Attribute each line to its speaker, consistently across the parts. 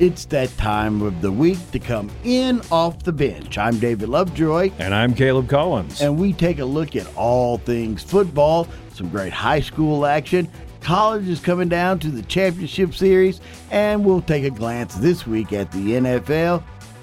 Speaker 1: It's that time of the week to come in off the bench. I'm David Lovejoy,
Speaker 2: And I'm Caleb Collins.
Speaker 1: and we take a look at all things football, some great high school action. College is coming down to the championship series, and we'll take a glance this week at the NFL.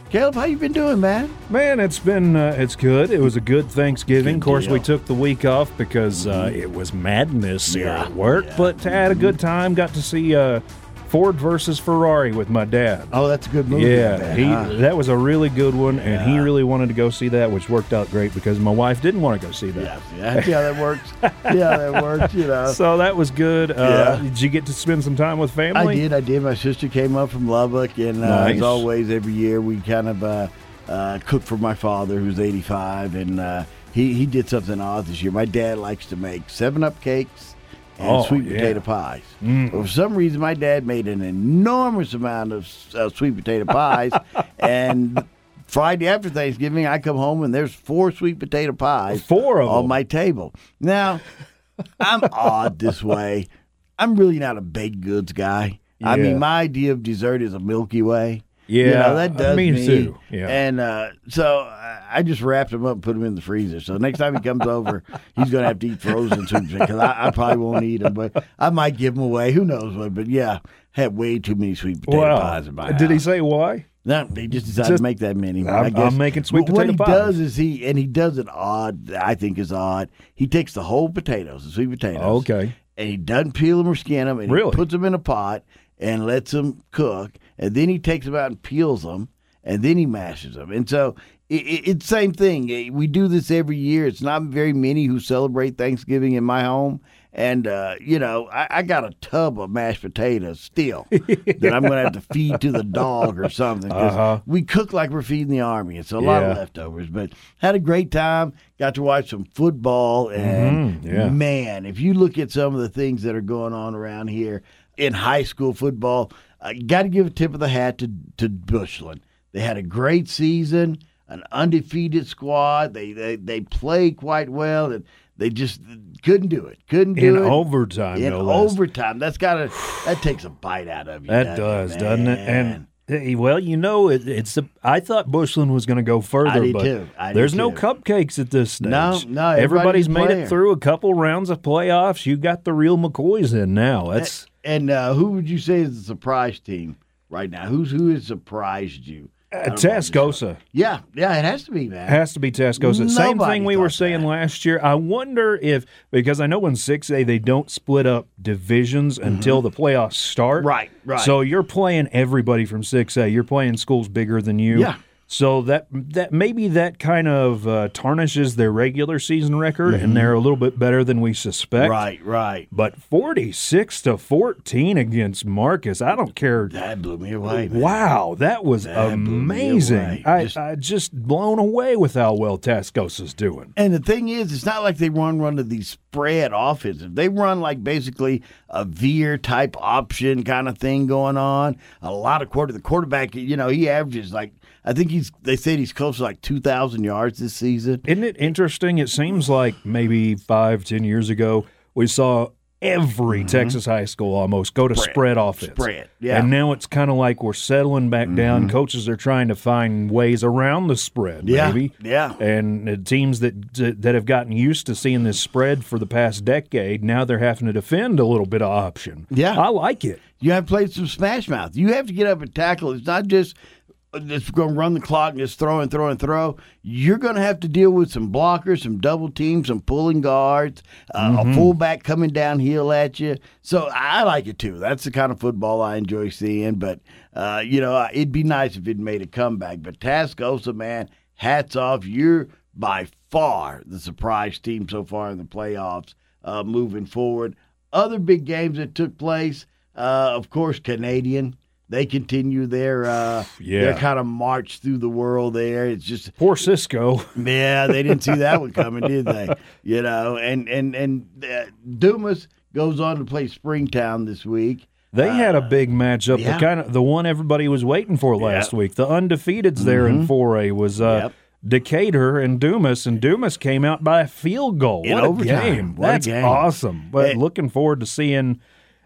Speaker 1: Caleb, how you been doing, man?
Speaker 2: Man, it's been uh, it's good. It was a good Thanksgiving.
Speaker 1: Good
Speaker 2: of course, we
Speaker 1: deal.
Speaker 2: took the week off because uh, it was madness here
Speaker 1: Yeah,
Speaker 2: at work,
Speaker 1: yeah.
Speaker 2: but had a good time. Got to see uh, Ford versus Ferrari with my dad.
Speaker 1: Oh, that's a good movie.
Speaker 2: yeah,
Speaker 1: man,
Speaker 2: he
Speaker 1: huh?
Speaker 2: that was a really good one, and he really wanted to go see that, which worked out great because my wife didn't want to go see that.
Speaker 1: Yeah, yeah, that's how that works. yeah, that works. You know,
Speaker 2: So that was good. Uh,
Speaker 1: Yeah.
Speaker 2: Did you get to spend some time with family?
Speaker 1: I did. I did. My sister came up from Lubbock, and uh, as
Speaker 2: Nice.
Speaker 1: always, every year we kind of uh, uh, cook for my father, who's 85, and uh, he he did something odd this year. My dad likes to make Seven Up cakes and
Speaker 2: Oh,
Speaker 1: sweet
Speaker 2: yeah. Mm.
Speaker 1: potato pies. But for some reason, my dad made an enormous amount of uh, sweet potato pies, and. Friday after Thanksgiving, I come home and there's four sweet potato pies,
Speaker 2: Four of
Speaker 1: on
Speaker 2: them.
Speaker 1: my table. Now, I'm odd this way. I'm really not a baked goods guy. I
Speaker 2: Yeah.
Speaker 1: mean, my idea of dessert is a Milky Way. you
Speaker 2: Yeah,
Speaker 1: know, that
Speaker 2: uh,
Speaker 1: does
Speaker 2: me too. Yeah.
Speaker 1: and uh, so I- I just wrapped him up and put him in the freezer. So next time he comes over, he's gonna have to eat frozen soups because I, I probably won't eat them, but I might give them away. Who knows what? But yeah, had way too many sweet potato pies in my
Speaker 2: did he
Speaker 1: house.
Speaker 2: say why?
Speaker 1: No, they just decided to
Speaker 2: Just-
Speaker 1: make that many.
Speaker 2: I'm-
Speaker 1: I guess.
Speaker 2: I'm making sweet
Speaker 1: But what he
Speaker 2: potato pies.
Speaker 1: does is he and he does it odd. I think is odd. He takes the whole potatoes, the sweet potatoes,
Speaker 2: Okay.
Speaker 1: and he doesn't peel them or skin them, and
Speaker 2: Really?
Speaker 1: he puts them in a pot and lets them cook, and then he takes them out and peels them, and then he mashes them. And so it, it, it's same thing. Eh, We do this every year. It's not very many who celebrate Thanksgiving in my home. And uh, you know, I, I got a tub of mashed potatoes still that I'm going to have to feed to the dog or something. 'cause
Speaker 2: Uh-huh.
Speaker 1: We cook like we're feeding the army, and so a lot of
Speaker 2: Yeah.
Speaker 1: leftovers. But had a great time. Got to watch some football, and
Speaker 2: Mhm, yeah.
Speaker 1: man, if you look at some of the things that are going on around here in high school football, I got to give a tip of the hat to to Bushland. They had a great season, an undefeated squad. They they they played quite well, and they just couldn't do it. Couldn't do
Speaker 2: In
Speaker 1: it
Speaker 2: overtime,
Speaker 1: in
Speaker 2: no less.
Speaker 1: overtime. That's gotta that takes a bite out of you.
Speaker 2: That does, doesn't it?
Speaker 1: man?
Speaker 2: And hey, well, you know, it, it's. The, I thought Bushland was going to go further,
Speaker 1: I did
Speaker 2: but
Speaker 1: too. I did
Speaker 2: there's no
Speaker 1: too.
Speaker 2: cupcakes at this stage.
Speaker 1: No, no, everybody's
Speaker 2: everybody's made
Speaker 1: playing.
Speaker 2: it through a couple rounds of playoffs. You got the real McCoys in now. That's
Speaker 1: and uh, who would you say is the surprise team right now? Who's who has surprised you?
Speaker 2: uh,
Speaker 1: Out of all this stuff?
Speaker 2: Tascosa.
Speaker 1: Yeah, yeah, it has to be man.
Speaker 2: Has to be Tascosa. Same
Speaker 1: Nobody
Speaker 2: thing we were
Speaker 1: thought
Speaker 2: saying
Speaker 1: that.
Speaker 2: last year. I wonder if because I know in six A they don't split up divisions until the playoffs start.
Speaker 1: Mm-hmm. Right, right.
Speaker 2: So you're playing everybody from six A. You're playing schools bigger than you.
Speaker 1: Yeah.
Speaker 2: So that that maybe that kind of uh, tarnishes their regular season record, and they're a little bit better than we suspect.
Speaker 1: Mm-hmm. right, right.
Speaker 2: But forty six to fourteen against Marcus. I don't care.
Speaker 1: That blew me away. Man.
Speaker 2: Wow, that was
Speaker 1: blew me away.
Speaker 2: amazing! I,
Speaker 1: Just-
Speaker 2: I just blown away with how well Tascosa's doing.
Speaker 1: And the thing is, it's not like they run run to these spread offenses. They run like basically a veer type option kind of thing going on. A lot of quarter the quarterback, you know, he averages like I think he's they said he's close to like two thousand yards this season.
Speaker 2: Isn't it interesting? It seems like maybe five, ten years ago, we saw every Texas high school almost go to spread, offense.
Speaker 1: Mm-hmm. Spread, yeah. Mm-hmm.
Speaker 2: And now it's kind of like we're settling back down. Coaches are trying to find ways around the spread,
Speaker 1: Yeah,
Speaker 2: maybe.
Speaker 1: yeah.
Speaker 2: And uh, teams that that have gotten used to seeing this spread for the past decade, now they're having to defend a little bit of option.
Speaker 1: Yeah.
Speaker 2: I like it.
Speaker 1: You have played some smash mouth. You have to get up and tackle. It's not just uh, just going to run the clock and just throw and throw and throw. You're going to have to deal with some blockers, some double teams, some pulling guards, uh, a fullback coming downhill at you. So I like it too. That's the kind of football I enjoy seeing. But uh, you know, it'd be nice if it made a comeback. But Tascosa, man, hats off. You're by far the surprise team so far in the playoffs. Uh, moving forward, other big games that took place. Uh, of course, Canadian. They continue their uh,
Speaker 2: Yeah.
Speaker 1: their kind of march through the world. There, it's just
Speaker 2: Poor Cisco.
Speaker 1: yeah, they didn't see that one coming, did they? You know, and and and uh, Dumas goes on to play Springtown this week.
Speaker 2: They had a big matchup,
Speaker 1: Uh, yeah.
Speaker 2: the kind of the one everybody was waiting for last week. The undefeateds there in four was uh,
Speaker 1: Mm-hmm. Yep.
Speaker 2: Decatur and Dumas, and Dumas came out by a field goal
Speaker 1: In
Speaker 2: what a
Speaker 1: overtime.
Speaker 2: game!
Speaker 1: What a
Speaker 2: That's
Speaker 1: game.
Speaker 2: awesome. But
Speaker 1: Hey.
Speaker 2: looking forward to seeing.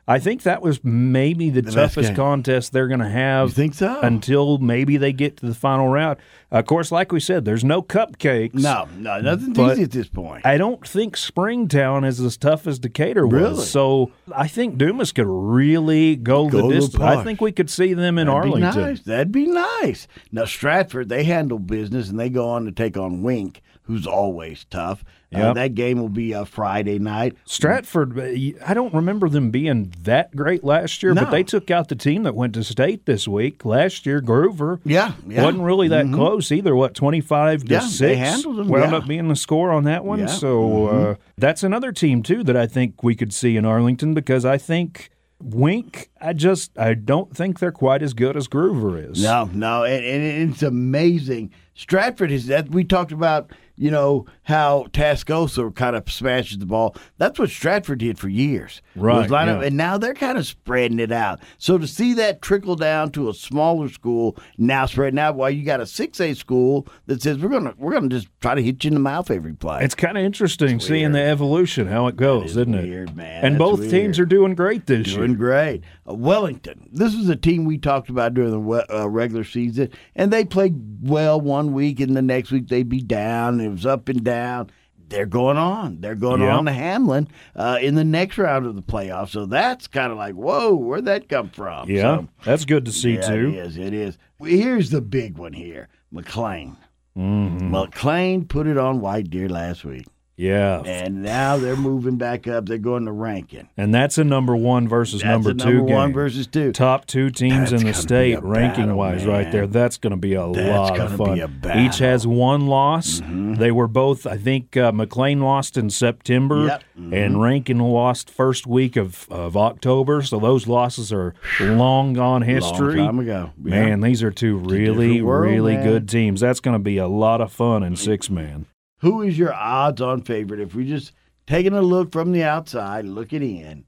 Speaker 2: I think that was maybe the,
Speaker 1: best
Speaker 2: toughest
Speaker 1: game.
Speaker 2: contest they're going to have.
Speaker 1: You think so?
Speaker 2: Until maybe they get to the final round. Of course, like we said, there's no cupcakes.
Speaker 1: No, no, nothing's
Speaker 2: But-
Speaker 1: easy at this point.
Speaker 2: I don't think Springtown is as tough as Decatur was.
Speaker 1: Really?
Speaker 2: So I think Dumas could really go,
Speaker 1: Go
Speaker 2: the
Speaker 1: to
Speaker 2: distance.
Speaker 1: push.
Speaker 2: I think we could see them in
Speaker 1: That'd be
Speaker 2: Arlington.
Speaker 1: nice. That'd be nice. Now Stratford, they handle business and they go on to take on Wink, who's always tough. Uh,
Speaker 2: Yep.
Speaker 1: that game will be uh, Friday night.
Speaker 2: Stratford, uh, I don't remember them being that great last year,
Speaker 1: No.
Speaker 2: but they took out the team that went to state this week. Last year, Groover
Speaker 1: Yeah, yeah. Mm-hmm.
Speaker 2: wasn't really that close either. What twenty five to
Speaker 1: Yeah, they
Speaker 2: six?
Speaker 1: handled 'em,
Speaker 2: Wound
Speaker 1: yeah.
Speaker 2: up being the score on that one.
Speaker 1: Yeah. Mm-hmm.
Speaker 2: So uh, that's another team too that I think we could see in Arlington because I think Wink. I just I don't think they're quite as good as Groover is.
Speaker 1: No, no, and, and it's amazing. Stratford is that we talked about, you know, how Tascosa kind of smashes the ball. That's what Stratford did for years.
Speaker 2: Right,
Speaker 1: was line up-
Speaker 2: yeah.
Speaker 1: and now they're kind of spreading it out. So to see that trickle down to a smaller school now spreading out, while you got a six A school that says we're gonna we're gonna just try to hit you in the mouth every play.
Speaker 2: It's kind of interesting seeing the evolution how it goes, is not
Speaker 1: weird,
Speaker 2: it?
Speaker 1: man.
Speaker 2: And
Speaker 1: That's
Speaker 2: both teams
Speaker 1: weird.
Speaker 2: are doing great this year.
Speaker 1: Doing great. Uh, Wellington. This is a team we talked about during the we- uh, regular season, and they played well one week, and the next week they'd be down. It was up and down. They're going on. They're going
Speaker 2: Yeah.
Speaker 1: on to Hamlin uh, in the next round of the playoffs. So that's kind of like, whoa, where'd that come from?
Speaker 2: Yeah,
Speaker 1: So,
Speaker 2: that's good to see
Speaker 1: yeah,
Speaker 2: too.
Speaker 1: it is. It is. Well, Here's the big one here McLean.
Speaker 2: Mhm.
Speaker 1: McLean put it on White Deer last week,
Speaker 2: Yeah.
Speaker 1: and now they're moving back up. They're going to ranking.
Speaker 2: And that's a number one versus
Speaker 1: That's
Speaker 2: number
Speaker 1: a
Speaker 2: two
Speaker 1: number one
Speaker 2: game.
Speaker 1: versus two.
Speaker 2: Top two teams
Speaker 1: That's
Speaker 2: in
Speaker 1: gonna
Speaker 2: the
Speaker 1: be a
Speaker 2: state,
Speaker 1: battle,
Speaker 2: ranking wise, right
Speaker 1: man.
Speaker 2: there. That's going to be a
Speaker 1: That's
Speaker 2: lot of
Speaker 1: gonna
Speaker 2: fun.
Speaker 1: be a battle. Mm-hmm.
Speaker 2: Each has one loss. They were both, I think, uh, McLean lost in September,
Speaker 1: Yep. Mm-hmm.
Speaker 2: and Rankin lost first week of, of October. So those losses are long gone history.
Speaker 1: Long time ago. Yeah.
Speaker 2: Man, these are two really,
Speaker 1: different world,
Speaker 2: really
Speaker 1: man.
Speaker 2: good teams. That's going to be a lot of fun in six man.
Speaker 1: Who is your odds on favorite? If we're just taking a look from the outside, looking in,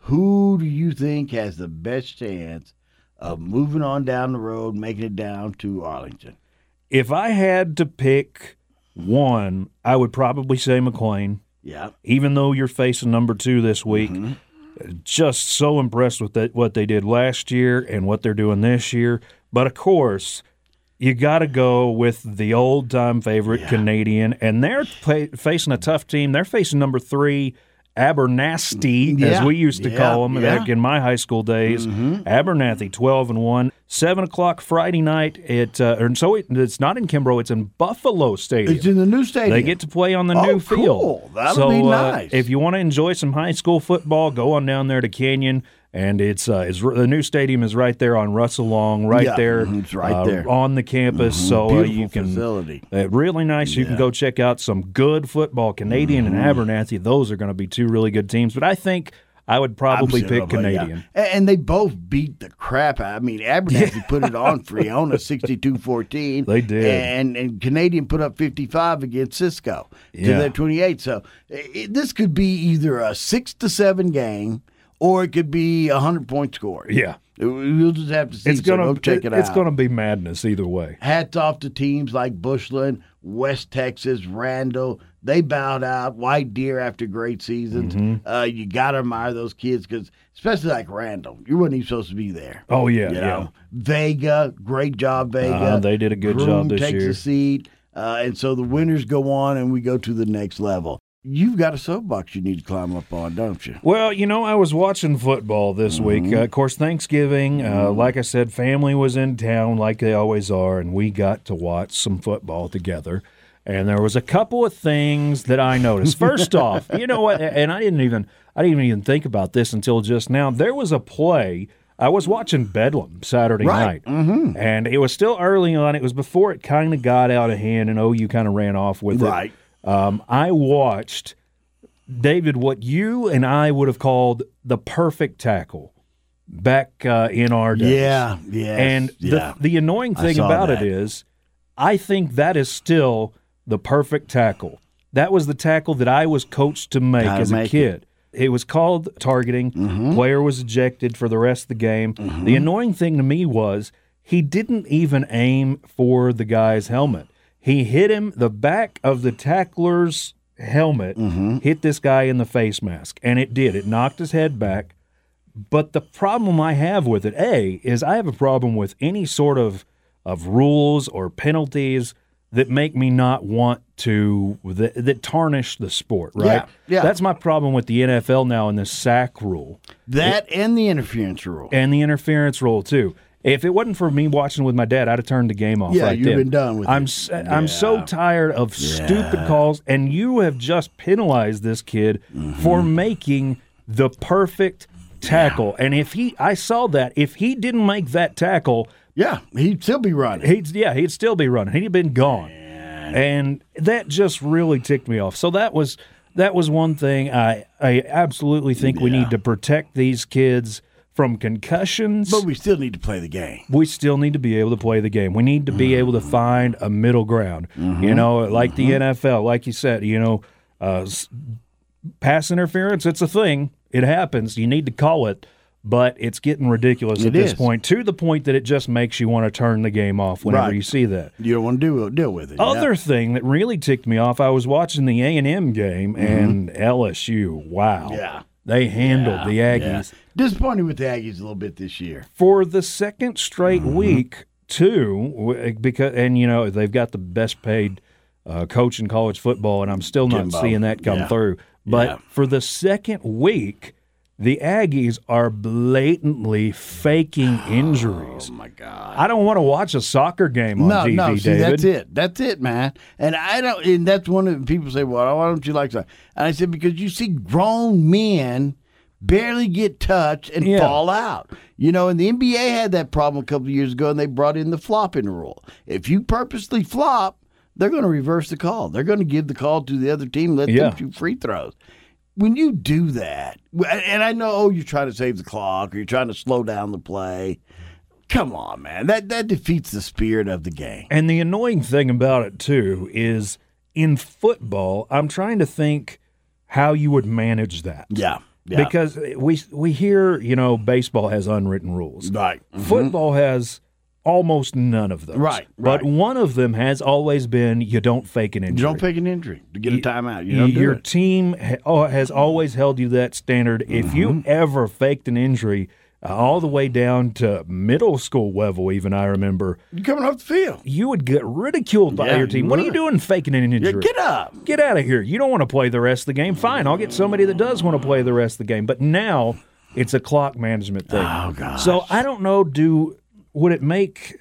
Speaker 1: who do you think has the best chance of moving on down the road, making it down to Arlington?
Speaker 2: If I had to pick one, I would probably say McLean.
Speaker 1: Yeah.
Speaker 2: even though you're facing number two this week,
Speaker 1: Mm-hmm.
Speaker 2: just so impressed with that, what they did last year and what they're doing this year. But of course, you got to go with the old time favorite Canadian, and they're pa facing a tough team. They're facing number three. Abernasty,
Speaker 1: Mm, Yeah,
Speaker 2: as we used to
Speaker 1: yeah,
Speaker 2: call them
Speaker 1: yeah. Mm-hmm.
Speaker 2: back in my high school days, Abernathy twelve and one. Seven o'clock Friday night at, uh, and so it, it's not in Kimbrough. It's in Buffalo Stadium.
Speaker 1: It's in the new stadium.
Speaker 2: They get to play on the
Speaker 1: Oh,
Speaker 2: new field.
Speaker 1: cool. That'll
Speaker 2: so,
Speaker 1: be
Speaker 2: uh,
Speaker 1: nice.
Speaker 2: if you want to enjoy some high school football, go on down there to Canyon. And it's, uh, it's the new stadium is right there on Russell Long, right
Speaker 1: Yeah,
Speaker 2: there,
Speaker 1: mhm, it's right
Speaker 2: uh,
Speaker 1: there. Mm-hmm.
Speaker 2: on the campus. So uh,
Speaker 1: Beautiful
Speaker 2: you can
Speaker 1: facility.
Speaker 2: uh, really nice. You can go check out some good football, Canadian
Speaker 1: Mm-hmm.
Speaker 2: and Abernathy. Those are going to be two really good teams. But I think I would probably pick
Speaker 1: Absolutely, yeah.
Speaker 2: Canadian.
Speaker 1: A- And they both beat the crap out. I mean, Abernathy put it on Friona 62 14.
Speaker 2: They did.
Speaker 1: And, and Canadian put up 55 against Cisco to
Speaker 2: Yeah.
Speaker 1: their 28. So i- i this could be either a six to seven game or it could be a 100 point score.
Speaker 2: Yeah,
Speaker 1: We- We'll just have to see.
Speaker 2: it's
Speaker 1: so go
Speaker 2: gonna
Speaker 1: check it, out.
Speaker 2: It's gonna be madness either way.
Speaker 1: Hats off to teams like Bushland, West Texas, Randall. They bowed out. White Deer after great seasons.
Speaker 2: Mm-hmm.
Speaker 1: Uh, you got to admire those kids because, especially like Randall, you weren't even supposed to be there.
Speaker 2: Oh yeah,
Speaker 1: you
Speaker 2: yeah.
Speaker 1: know? Vega, great job, Vega.
Speaker 2: Uh, they did a good
Speaker 1: Groom
Speaker 2: job this
Speaker 1: takes
Speaker 2: year.
Speaker 1: a seat, uh, and so the winners go on, and we go to the next level. You've got a soapbox you need to climb up on, don't you?
Speaker 2: Well, you know, I was watching football this
Speaker 1: Mm-hmm.
Speaker 2: week. Uh, of course, Thanksgiving, uh, like I said, family was in town like they always are, and we got to watch some football together. And there was a couple of things that I noticed. First off, you know what? And I didn't even I didn't even think about this until just now. There was a play. I was watching Bedlam Saturday
Speaker 1: Right. Mm.
Speaker 2: night, mm-hmm. and it was still early on. It was before it kind of got out of hand, and OU kind of ran off with it.
Speaker 1: Right.
Speaker 2: Um, I watched David, what you and I would have called the perfect tackle back uh, in our days.
Speaker 1: Yeah, yeah.
Speaker 2: And
Speaker 1: yeah.
Speaker 2: the, the annoying
Speaker 1: I
Speaker 2: thing
Speaker 1: saw
Speaker 2: about
Speaker 1: that.
Speaker 2: it is, I think that is still the perfect tackle. That was the tackle that I was coached to make
Speaker 1: Gotta
Speaker 2: as
Speaker 1: make
Speaker 2: a
Speaker 1: it. Mm-hmm.
Speaker 2: kid. It. was called targeting. Player was ejected for the rest of the game. The annoying thing to me was he didn't even aim for the guy's helmet. He hit him the back of the tackler's
Speaker 1: Mm-hmm.
Speaker 2: helmet hit this guy in the face mask and it did. It knocked his head back. But the problem I have with it, A, is I have a problem with any sort of of rules or penalties that make me not want to that, that tarnish the sport, right?
Speaker 1: Yeah, yeah.
Speaker 2: That's my problem with the NFL now and the sack rule
Speaker 1: That and the interference rule.
Speaker 2: and the interference rule too. If it wasn't for me watching with my dad, I'd have turned the game off.
Speaker 1: Yeah,
Speaker 2: right
Speaker 1: you've
Speaker 2: then.
Speaker 1: been done with
Speaker 2: I'm
Speaker 1: it.
Speaker 2: s am so tired of stupid calls, and you have just penalized this kid
Speaker 1: Mm-hmm.
Speaker 2: for making the perfect tackle. And if he, I saw that. If he didn't make that tackle,
Speaker 1: Yeah, he'd still be running.
Speaker 2: he'd yeah he'd still be running. He'd have been gone. And that just really ticked me off. So that was that was one thing I I absolutely think we need to protect these kids from concussions.
Speaker 1: But we still need to play the game.
Speaker 2: we still need to be able to play the game. We need to be
Speaker 1: Mm-hmm.
Speaker 2: able to find a middle ground. You know, like the NFL, like you said, you know, uh, s- pass interference, it's a thing. It happens. You need to call it, but it's getting ridiculous at
Speaker 1: It
Speaker 2: this
Speaker 1: is.
Speaker 2: point to the point that it just makes you want to turn the game off whenever
Speaker 1: Right.
Speaker 2: you see that.
Speaker 1: You don't want to do, deal with it.
Speaker 2: Other thing that really ticked me off, I was watching the A&M game and LSU. Wow.
Speaker 1: Mm-hmm. Yeah.
Speaker 2: They handled the Aggies
Speaker 1: yeah. Disappointed with the Aggies a little bit this year.
Speaker 2: for the second straight
Speaker 1: Mm-hmm.
Speaker 2: week too w- because and you know they've got the best paid uh, coach in college football and i'm still not
Speaker 1: Jimbo.
Speaker 2: seeing that come
Speaker 1: Yeah.
Speaker 2: through but
Speaker 1: Yeah.
Speaker 2: for the second week the aggies are blatantly faking injuries
Speaker 1: Oh my God.
Speaker 2: i don't want to watch a soccer game on
Speaker 1: No,
Speaker 2: tv
Speaker 1: no, see,
Speaker 2: david
Speaker 1: that's it. That's it, man. And I don't. And that's one of the people say, "Well, why don't you like that?" And I said, "Because you see grown men barely get touched and
Speaker 2: Yeah.
Speaker 1: fall out. You know, and the NBA had that problem a couple of years ago, and they brought in the flopping rule. If you purposely flop, they're going to reverse the call. They're going to give the call to the other team, let
Speaker 2: Yeah.
Speaker 1: them shoot free throws." When you do that, and I know oh, you're trying to save the clock or you're trying to slow down the play. Come on, man. That that defeats the spirit of the game.
Speaker 2: And the annoying thing about it too is in football, I'm trying to think how you would manage that.
Speaker 1: Yeah. Yeah.
Speaker 2: Because we we hear, you know, baseball has unwritten rules.
Speaker 1: right.
Speaker 2: Football has almost none of those.
Speaker 1: Mm-hmm. Right,
Speaker 2: But
Speaker 1: right.
Speaker 2: one of them has always been you don't fake an injury.
Speaker 1: You don't pick an injury to get a timeout. You
Speaker 2: Y-
Speaker 1: don't do
Speaker 2: Your
Speaker 1: it.
Speaker 2: team ha- oh, has always held you that standard. If you
Speaker 1: Mm-hmm.
Speaker 2: ever faked an injury, uh, all the way down to middle school level, even I remember,
Speaker 1: You're coming off the field.
Speaker 2: you would get ridiculed by
Speaker 1: Yeah,
Speaker 2: your team.
Speaker 1: you
Speaker 2: What are you
Speaker 1: would.
Speaker 2: doing faking an
Speaker 1: Yeah,
Speaker 2: injury?
Speaker 1: get up.
Speaker 2: get out of here. You don't want to play the rest of the game. Fine, I'll get somebody that does want to play the rest of the game. But now it's a clock management thing.
Speaker 1: Oh, gosh.
Speaker 2: So I don't know. Do would it make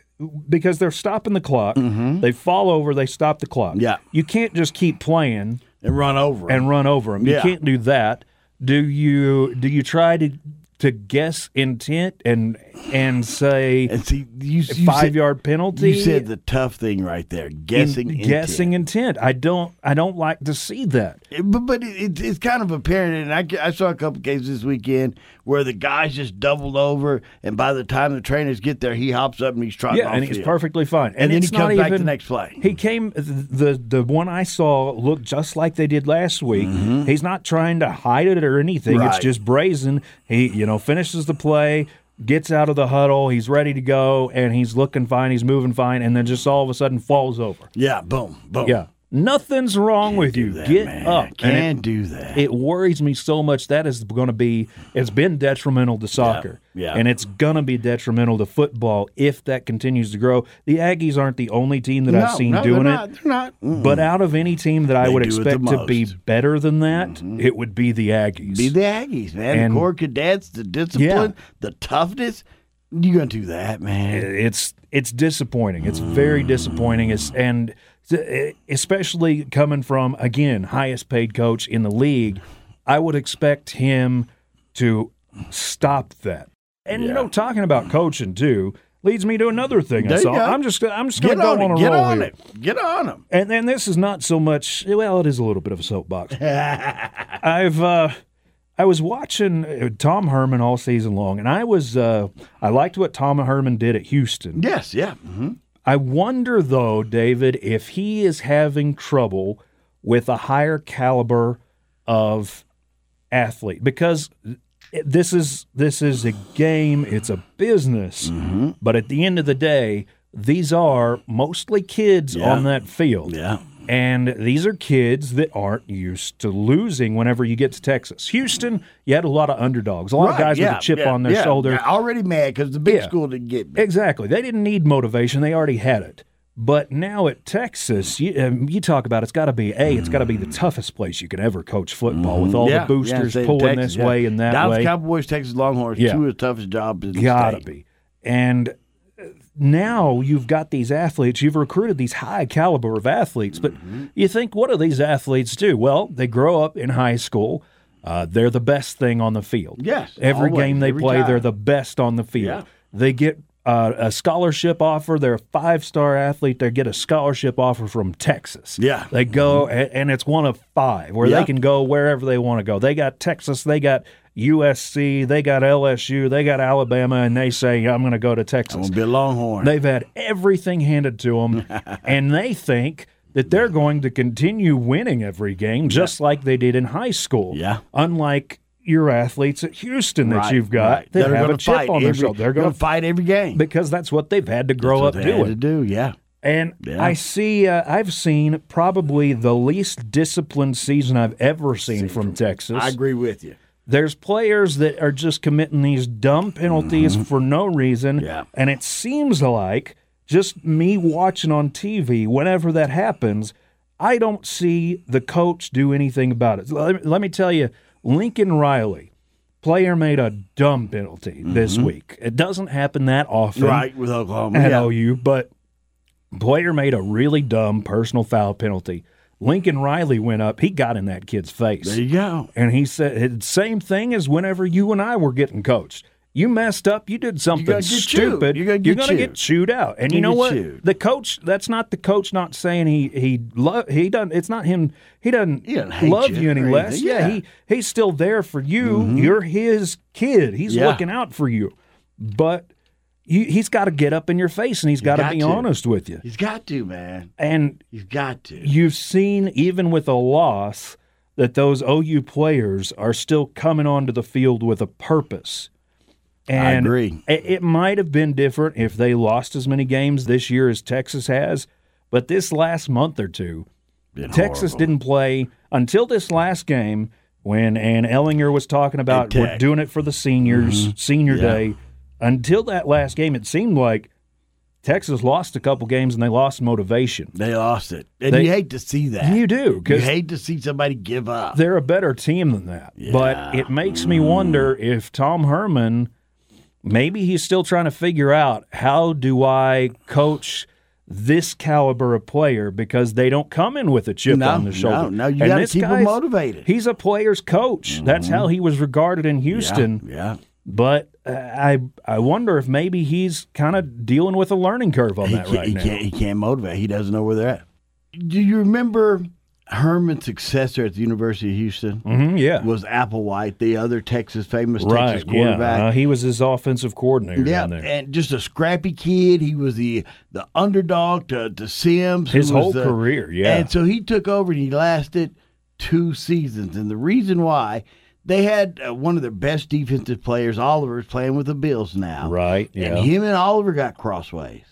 Speaker 2: because they're stopping the clock? They fall over. They stop the clock.
Speaker 1: Mm-hmm. Yeah.
Speaker 2: You can't just keep playing
Speaker 1: And run over.
Speaker 2: and run over them. You
Speaker 1: Yeah.
Speaker 2: can't do that. Do you? Do you try to to guess intent and and say
Speaker 1: and see, you, you
Speaker 2: five
Speaker 1: said,
Speaker 2: yard penalty?
Speaker 1: You said the tough thing right there.
Speaker 2: In-
Speaker 1: Guessing. intent.
Speaker 2: guessing intent. I don't. I don't like to see that.
Speaker 1: It- But, but it, it, it's kind of apparent, and I, ca- I saw a couple cases this weekend where the guys just doubled over, and by the time the trainers get there, he hops up and he's trotting
Speaker 2: Yeah,
Speaker 1: off
Speaker 2: and
Speaker 1: field.
Speaker 2: he's perfectly fine. And,
Speaker 1: And, then
Speaker 2: it's
Speaker 1: he
Speaker 2: not
Speaker 1: comes back
Speaker 2: even,
Speaker 1: the next play.
Speaker 2: He came the the one I saw looked just like they did last week. He's not trying to hide it or anything. It's
Speaker 1: Mm-hmm. Right.
Speaker 2: just brazen. He you know finishes the play, gets out of the huddle, he's ready to go, and he's looking fine. He's moving fine, and then just all of a sudden falls over.
Speaker 1: Yeah, boom, boom.
Speaker 2: Yeah, nothing's wrong with you.
Speaker 1: Oh. That,
Speaker 2: Get
Speaker 1: man,
Speaker 2: up. And it-
Speaker 1: Can't do that.
Speaker 2: it worries me so much that is going to be it's been detrimental to soccer
Speaker 1: yeah.
Speaker 2: and it's going to be detrimental to football if that continues to grow the aggies aren't the only team that i've
Speaker 1: No,
Speaker 2: seen
Speaker 1: no,
Speaker 2: doing
Speaker 1: they're
Speaker 2: it
Speaker 1: Not, they're not. Mm.
Speaker 2: but out of any team that i
Speaker 1: They
Speaker 2: would
Speaker 1: do it the
Speaker 2: expect to be
Speaker 1: most. Mm-hmm.
Speaker 2: better than that it would be the aggies
Speaker 1: Be the Aggies, man.
Speaker 2: And-
Speaker 1: the core cadets, the discipline, the toughness. You're gonna do that, man.
Speaker 2: it's it's disappointing it's very disappointing it's and e, especially coming from again highest paid coach in the league i would expect him to stop that and you know talking about coaching too leads me to another thing
Speaker 1: There
Speaker 2: i
Speaker 1: you
Speaker 2: saw
Speaker 1: go.
Speaker 2: i'm just i'm just gonna
Speaker 1: Get
Speaker 2: go
Speaker 1: on,
Speaker 2: on,
Speaker 1: it.
Speaker 2: a
Speaker 1: Get
Speaker 2: roll
Speaker 1: on
Speaker 2: here
Speaker 1: it. Get on them.
Speaker 2: and then this is not so much. Well, it is a little bit of a soapbox. I've uh, I was watching uh, Tom Herman all season long, and I was uh, I liked what Tom Herman did at Houston.
Speaker 1: Yes, yeah. hmm
Speaker 2: I wonder though, David, if he is having trouble with a higher caliber of athlete because this is this is a game, it's a business,
Speaker 1: Mm-hmm.
Speaker 2: but at the end of the day, these are mostly kids on that field.
Speaker 1: Yeah.
Speaker 2: And these are kids that aren't used to losing whenever you get to Texas. Houston, you had a lot of underdogs, a lot of
Speaker 1: Right,
Speaker 2: guys with
Speaker 1: yeah,
Speaker 2: a chip
Speaker 1: yeah,
Speaker 2: on their
Speaker 1: yeah.
Speaker 2: shoulder.
Speaker 1: Yeah, already mad because the big
Speaker 2: Yeah.
Speaker 1: school didn't get me.
Speaker 2: Exactly. They didn't need motivation. They already had it. But now at Texas, you, um, you talk about it's got to be a. It's got to be the toughest place you can ever coach football with all the boosters
Speaker 1: Mm-hmm. yeah, say
Speaker 2: pulling
Speaker 1: Texas,
Speaker 2: this
Speaker 1: yeah.
Speaker 2: way and that
Speaker 1: Dallas
Speaker 2: way.
Speaker 1: Cowboys, Texas Longhorns,
Speaker 2: Yeah.
Speaker 1: two of the toughest jobs in the
Speaker 2: Gotta
Speaker 1: state.
Speaker 2: be. And uh, now you've got these athletes, you've recruited these high caliber of athletes, but
Speaker 1: Mm-hmm.
Speaker 2: you think, what do these athletes do? Well, they grow up in high school. Uh, they're the best thing on the field.
Speaker 1: Yes,
Speaker 2: Every
Speaker 1: always,
Speaker 2: game they
Speaker 1: every
Speaker 2: play,
Speaker 1: time.
Speaker 2: they're the best on the
Speaker 1: Yeah.
Speaker 2: field. They get uh, a scholarship offer. They're a five star athlete. They get a scholarship offer from Texas.
Speaker 1: Yeah. Mm-hmm.
Speaker 2: They go, a- and, it's one of five where
Speaker 1: Yeah.
Speaker 2: they can go wherever they want to go. They got Texas, they got USC, they got LSU, they got Alabama, and they say, I'm going to go to
Speaker 1: I'm
Speaker 2: Texas.
Speaker 1: gonna be a Longhorn.
Speaker 2: They've had everything handed to them, and they think that they're going to continue winning every game just like they did in high school.
Speaker 1: Yeah.
Speaker 2: Unlike your athletes at Houston that
Speaker 1: Right,
Speaker 2: you've got
Speaker 1: right.
Speaker 2: that,
Speaker 1: That are
Speaker 2: have a
Speaker 1: gonna
Speaker 2: chip
Speaker 1: fight
Speaker 2: on their
Speaker 1: every-
Speaker 2: shoulder. They're
Speaker 1: gonna
Speaker 2: going to
Speaker 1: fight every game.
Speaker 2: because that's what they've had to grow
Speaker 1: That's what
Speaker 2: up
Speaker 1: they had
Speaker 2: doing.
Speaker 1: to do, yeah.
Speaker 2: And
Speaker 1: Yeah.
Speaker 2: I see, uh, I've seen probably the least disciplined season I've ever seen from Texas.
Speaker 1: I agree with you.
Speaker 2: There's players that are just committing these dumb penalties for no reason.
Speaker 1: Mm-hmm. Yeah.
Speaker 2: And it seems like just me watching on TV, whenever that happens, I don't see the coach do anything about it. Let me, let me tell you, Lincoln Riley, player made a dumb penalty this week. It doesn't happen that often
Speaker 1: Mm-hmm. Right with Oklahoma.
Speaker 2: at
Speaker 1: yeah.
Speaker 2: OU, but player made a really dumb personal foul penalty. Lincoln Riley went up. He got in that kid's
Speaker 1: There
Speaker 2: face.
Speaker 1: you go.
Speaker 2: And he said, same thing as whenever you and I were getting coached. You messed up. You did something
Speaker 1: gonna get
Speaker 2: stupid.
Speaker 1: chewed. You're gonna get
Speaker 2: gonna
Speaker 1: chewed.
Speaker 2: get chewed out. And you
Speaker 1: You're
Speaker 2: know
Speaker 1: gonna
Speaker 2: what?
Speaker 1: get chewed.
Speaker 2: The coach. That's not the coach. Not saying he he love he doesn't. It's not him. He doesn't,
Speaker 1: He doesn't hate
Speaker 2: love
Speaker 1: you
Speaker 2: you, any
Speaker 1: or
Speaker 2: less.
Speaker 1: anything.
Speaker 2: Yeah.
Speaker 1: Yeah. Mm-hmm.
Speaker 2: He he's still there for you. You're his kid. He's
Speaker 1: Yeah.
Speaker 2: looking out for you. But you, he's got to get up in your face and he's got to
Speaker 1: got
Speaker 2: be
Speaker 1: to.
Speaker 2: honest with you.
Speaker 1: He's got to, man.
Speaker 2: And
Speaker 1: He's got to.
Speaker 2: you've seen even with a loss that those OU players are still coming onto the field with a purpose. And
Speaker 1: agree.
Speaker 2: i- It, might have been different if they lost as many games this year as Texas has, but this last month or two,
Speaker 1: Been
Speaker 2: Texas
Speaker 1: horrible.
Speaker 2: didn't play until this last game when Ann Ellinger was talking about
Speaker 1: At
Speaker 2: we're
Speaker 1: Tech.
Speaker 2: doing it for the seniors, senior
Speaker 1: Mm-hmm. Yeah.
Speaker 2: day. Until that last game, it seemed like Texas lost a couple games and they lost motivation.
Speaker 1: They lost it, and
Speaker 2: They-
Speaker 1: you hate to see that.
Speaker 2: You do
Speaker 1: You
Speaker 2: because
Speaker 1: hate to see somebody give up.
Speaker 2: they're a better team than that. But it makes me wonder if Tom Herman, maybe he's still trying to figure out how do I coach this caliber of player because they don't come in with a chip
Speaker 1: No,
Speaker 2: on the shoulder.
Speaker 1: no, no, you
Speaker 2: And
Speaker 1: gotta
Speaker 2: this
Speaker 1: keep 'em
Speaker 2: guy's-
Speaker 1: motivated. Mm-hmm.
Speaker 2: He's a player's coach. That's how he was regarded in Houston.
Speaker 1: Yeah,
Speaker 2: But uh, I I wonder if maybe he's kind of dealing with a learning curve
Speaker 1: yeah.
Speaker 2: on
Speaker 1: He,
Speaker 2: that
Speaker 1: can't,
Speaker 2: right
Speaker 1: he
Speaker 2: now.
Speaker 1: can't. He can't motivate. He doesn't know where they're at. Do you remember Herman's successor at the University of Houston
Speaker 2: Mhm, yeah.
Speaker 1: was Applewhite, the other Texas famous
Speaker 2: Right,
Speaker 1: Texas
Speaker 2: yeah.
Speaker 1: quarterback?
Speaker 2: Uh, he was his offensive coordinator
Speaker 1: Yeah,
Speaker 2: down there.
Speaker 1: and just a scrappy kid. He was the the underdog to, to Sims. who
Speaker 2: His
Speaker 1: was
Speaker 2: whole
Speaker 1: the-
Speaker 2: career, yeah.
Speaker 1: And so he took over and he lasted two seasons. And the reason why they had uh, one of their best defensive players, Oliver, is playing with the Bills now.
Speaker 2: Right. Yeah. Mm-hmm.
Speaker 1: And him and Oliver got crossways.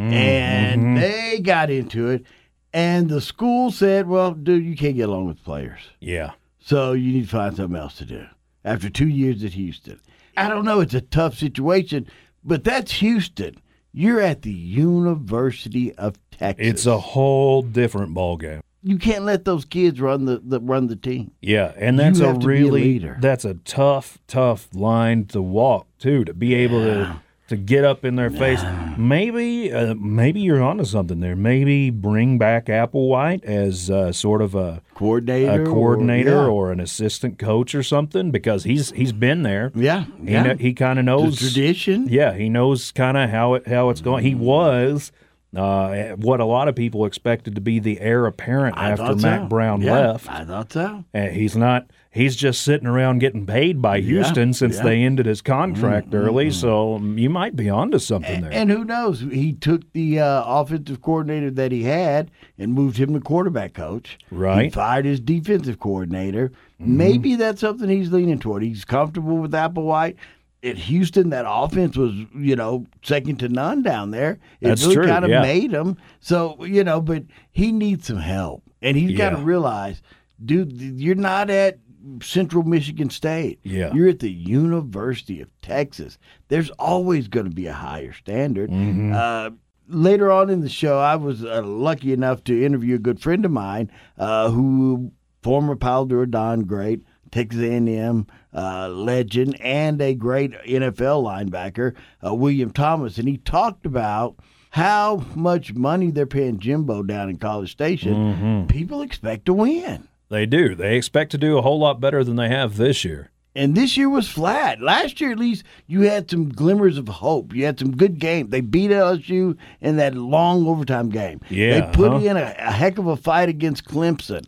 Speaker 1: And they got into it. And the school said, well, dude, you can't get along with players.
Speaker 2: yeah.
Speaker 1: So you need to find something else to do after two years at Houston. I don't know. It's a tough situation, but that's Houston. You're at the University of Texas.
Speaker 2: It's a whole different ballgame.
Speaker 1: you can't let those kids run the, the run the team.
Speaker 2: Yeah, and that's
Speaker 1: You
Speaker 2: a
Speaker 1: have to be a
Speaker 2: really
Speaker 1: leader.
Speaker 2: that's a tough, tough line to walk too. To be able to to get up in their face, maybe uh, maybe you're onto something there. Maybe bring back Applewhite as uh, sort of a
Speaker 1: Coordinator,
Speaker 2: a coordinator
Speaker 1: or,
Speaker 2: or an assistant coach or something because he's he's been there.
Speaker 1: yeah,
Speaker 2: He,
Speaker 1: yeah,
Speaker 2: kn- he kind of
Speaker 1: yeah. The
Speaker 2: knows
Speaker 1: tradition.
Speaker 2: Yeah, he knows kind of how it how it's going. He was uh, what a lot of people expected to be the heir apparent
Speaker 1: I
Speaker 2: after
Speaker 1: thought
Speaker 2: Mac
Speaker 1: so.
Speaker 2: Brown
Speaker 1: Yeah,
Speaker 2: left.
Speaker 1: I thought so.
Speaker 2: And he's not. He's just sitting around getting paid by Houston since they ended his contract
Speaker 1: Mm-hmm.
Speaker 2: early. So um, you might be onto something there.
Speaker 1: And who knows? He took the uh, offensive coordinator that he had and moved him to quarterback coach. He
Speaker 2: Right. Mm-hmm.
Speaker 1: fired his defensive coordinator. Maybe that's something he's leaning toward. He's comfortable with Applewhite. at Houston, that offense was, you know, second to none down there. It
Speaker 2: That's
Speaker 1: really
Speaker 2: true,
Speaker 1: kind of
Speaker 2: yeah.
Speaker 1: made him. So, you know, but he needs some help. And he's got to
Speaker 2: Yeah.
Speaker 1: realize, dude, you're not at Central Michigan State.
Speaker 2: Yeah.
Speaker 1: You're at the University of Texas. There's always going to be a higher standard.
Speaker 2: Mm-hmm.
Speaker 1: Uh, later on in the show, I was uh, lucky enough to interview a good friend of mine uh, who former Paldor Don great, Texas A&M uh, legend, and a great NFL linebacker, uh, William Thomas, and he talked about how much money they're paying Jimbo down in College Station. People expect to win.
Speaker 2: They do. They expect to do a whole lot better than they have this year.
Speaker 1: And this year was flat. Last year, at least, you had some glimmers of hope. You had some good games. They beat LSU in that long overtime game.
Speaker 2: Yeah, uh-huh.
Speaker 1: they put
Speaker 2: huh?
Speaker 1: in a, a heck of a fight against Clemson.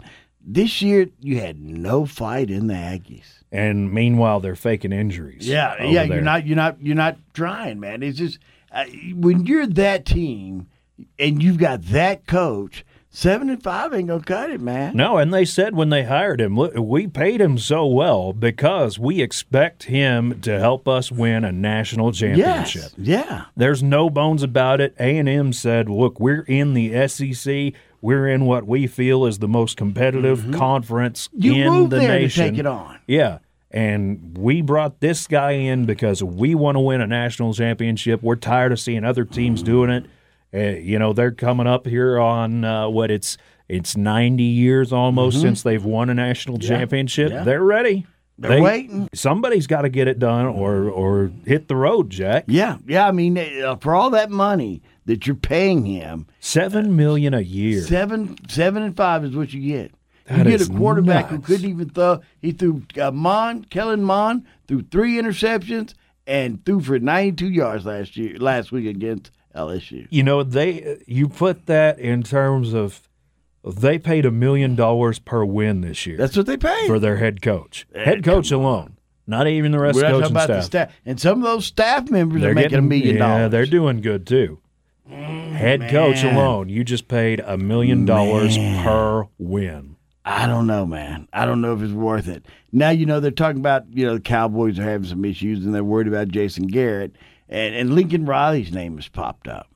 Speaker 1: This year, you had no fight in the Aggies.
Speaker 2: And meanwhile, they're faking injuries.
Speaker 1: Yeah,
Speaker 2: over
Speaker 1: yeah.
Speaker 2: there.
Speaker 1: You're not, you're not, you're not trying, man. It's just uh, when you're that team and you've got that coach, seven and five ain't gonna cut it, man.
Speaker 2: No, and they said when they hired him, look, we paid him so well because we expect him to help us win a national
Speaker 1: yes,
Speaker 2: championship.
Speaker 1: yeah.
Speaker 2: There's no bones about it. A&M said, "Look, we're in the SEC. We're in what we feel is the most competitive conference
Speaker 1: Mm-hmm. You
Speaker 2: in
Speaker 1: moved
Speaker 2: the
Speaker 1: there
Speaker 2: nation."
Speaker 1: to take it on.
Speaker 2: Yeah. And we brought this guy in because we want to win a national championship. We're tired of seeing other teams doing it. Uh, you know, they're coming up here on uh, what it's it's 90 years almost since they've won a national championship.
Speaker 1: Mm-hmm. Yeah.
Speaker 2: They're ready.
Speaker 1: They're waiting.
Speaker 2: Somebody's got to get it done or or hit the road, Jack.
Speaker 1: Yeah, yeah. I mean, uh, for all that money that you're paying him,
Speaker 2: 7 million a year.
Speaker 1: seven, seven and five is what you get. You
Speaker 2: That
Speaker 1: get
Speaker 2: is
Speaker 1: a quarterback who
Speaker 2: nuts.
Speaker 1: couldn't even throw. He threw uh, Mon, Kellen Mon, threw three interceptions and threw for 92 yards last year, last week against LSU.
Speaker 2: you know they you put that in terms of they paid a million dollars per win this year.
Speaker 1: That's what they pay.
Speaker 2: for their head coach. Head coach alone, not even the rest
Speaker 1: We're
Speaker 2: of
Speaker 1: not
Speaker 2: coaching
Speaker 1: talking about
Speaker 2: staff.
Speaker 1: the staff, and some of those staff members
Speaker 2: They're
Speaker 1: are making a
Speaker 2: getting-
Speaker 1: million
Speaker 2: Yeah,
Speaker 1: dollars. Mm,
Speaker 2: they're doing good too. Head coach
Speaker 1: man.
Speaker 2: alone, you just paid a million dollars per win.
Speaker 1: I don't know, man. I don't know if it's worth it. Now you know they're talking about you know the Cowboys are having some issues, and they're worried about Jason Garrett, and and Lincoln Riley's name has popped up.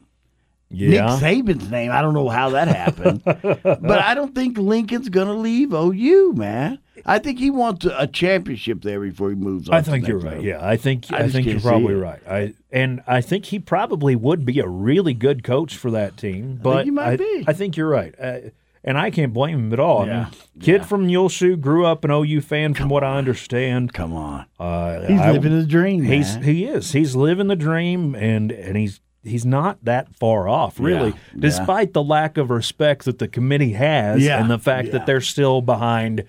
Speaker 2: Yeah,
Speaker 1: Nick Saban's name. I don't know how that happened, but I don't think Lincoln's gonna leave OU, man. I think he wants a championship there before he moves on.
Speaker 2: I
Speaker 1: to the
Speaker 2: think you're
Speaker 1: next
Speaker 2: right.
Speaker 1: level.
Speaker 2: Yeah, I think
Speaker 1: I
Speaker 2: I,
Speaker 1: just
Speaker 2: think
Speaker 1: can't
Speaker 2: you're
Speaker 1: see
Speaker 2: probably
Speaker 1: it.
Speaker 2: right. I and I think he probably would be a really good coach for that team. But
Speaker 1: he might
Speaker 2: I,
Speaker 1: be.
Speaker 2: I think you're right. Uh, and I can't blame him at all. I mean,
Speaker 1: Yeah,
Speaker 2: kid from Yulshu grew up an OU fan, from what I understand.
Speaker 1: Come on,
Speaker 2: Uh,
Speaker 1: he's
Speaker 2: I-
Speaker 1: living his dream.
Speaker 2: He's
Speaker 1: man.
Speaker 2: he is. He's living the dream and and he's he's not that far off really.
Speaker 1: Yeah, yeah.
Speaker 2: Despite the lack of respect that the committee has
Speaker 1: Yeah,
Speaker 2: and the fact
Speaker 1: yeah.
Speaker 2: that they're still behind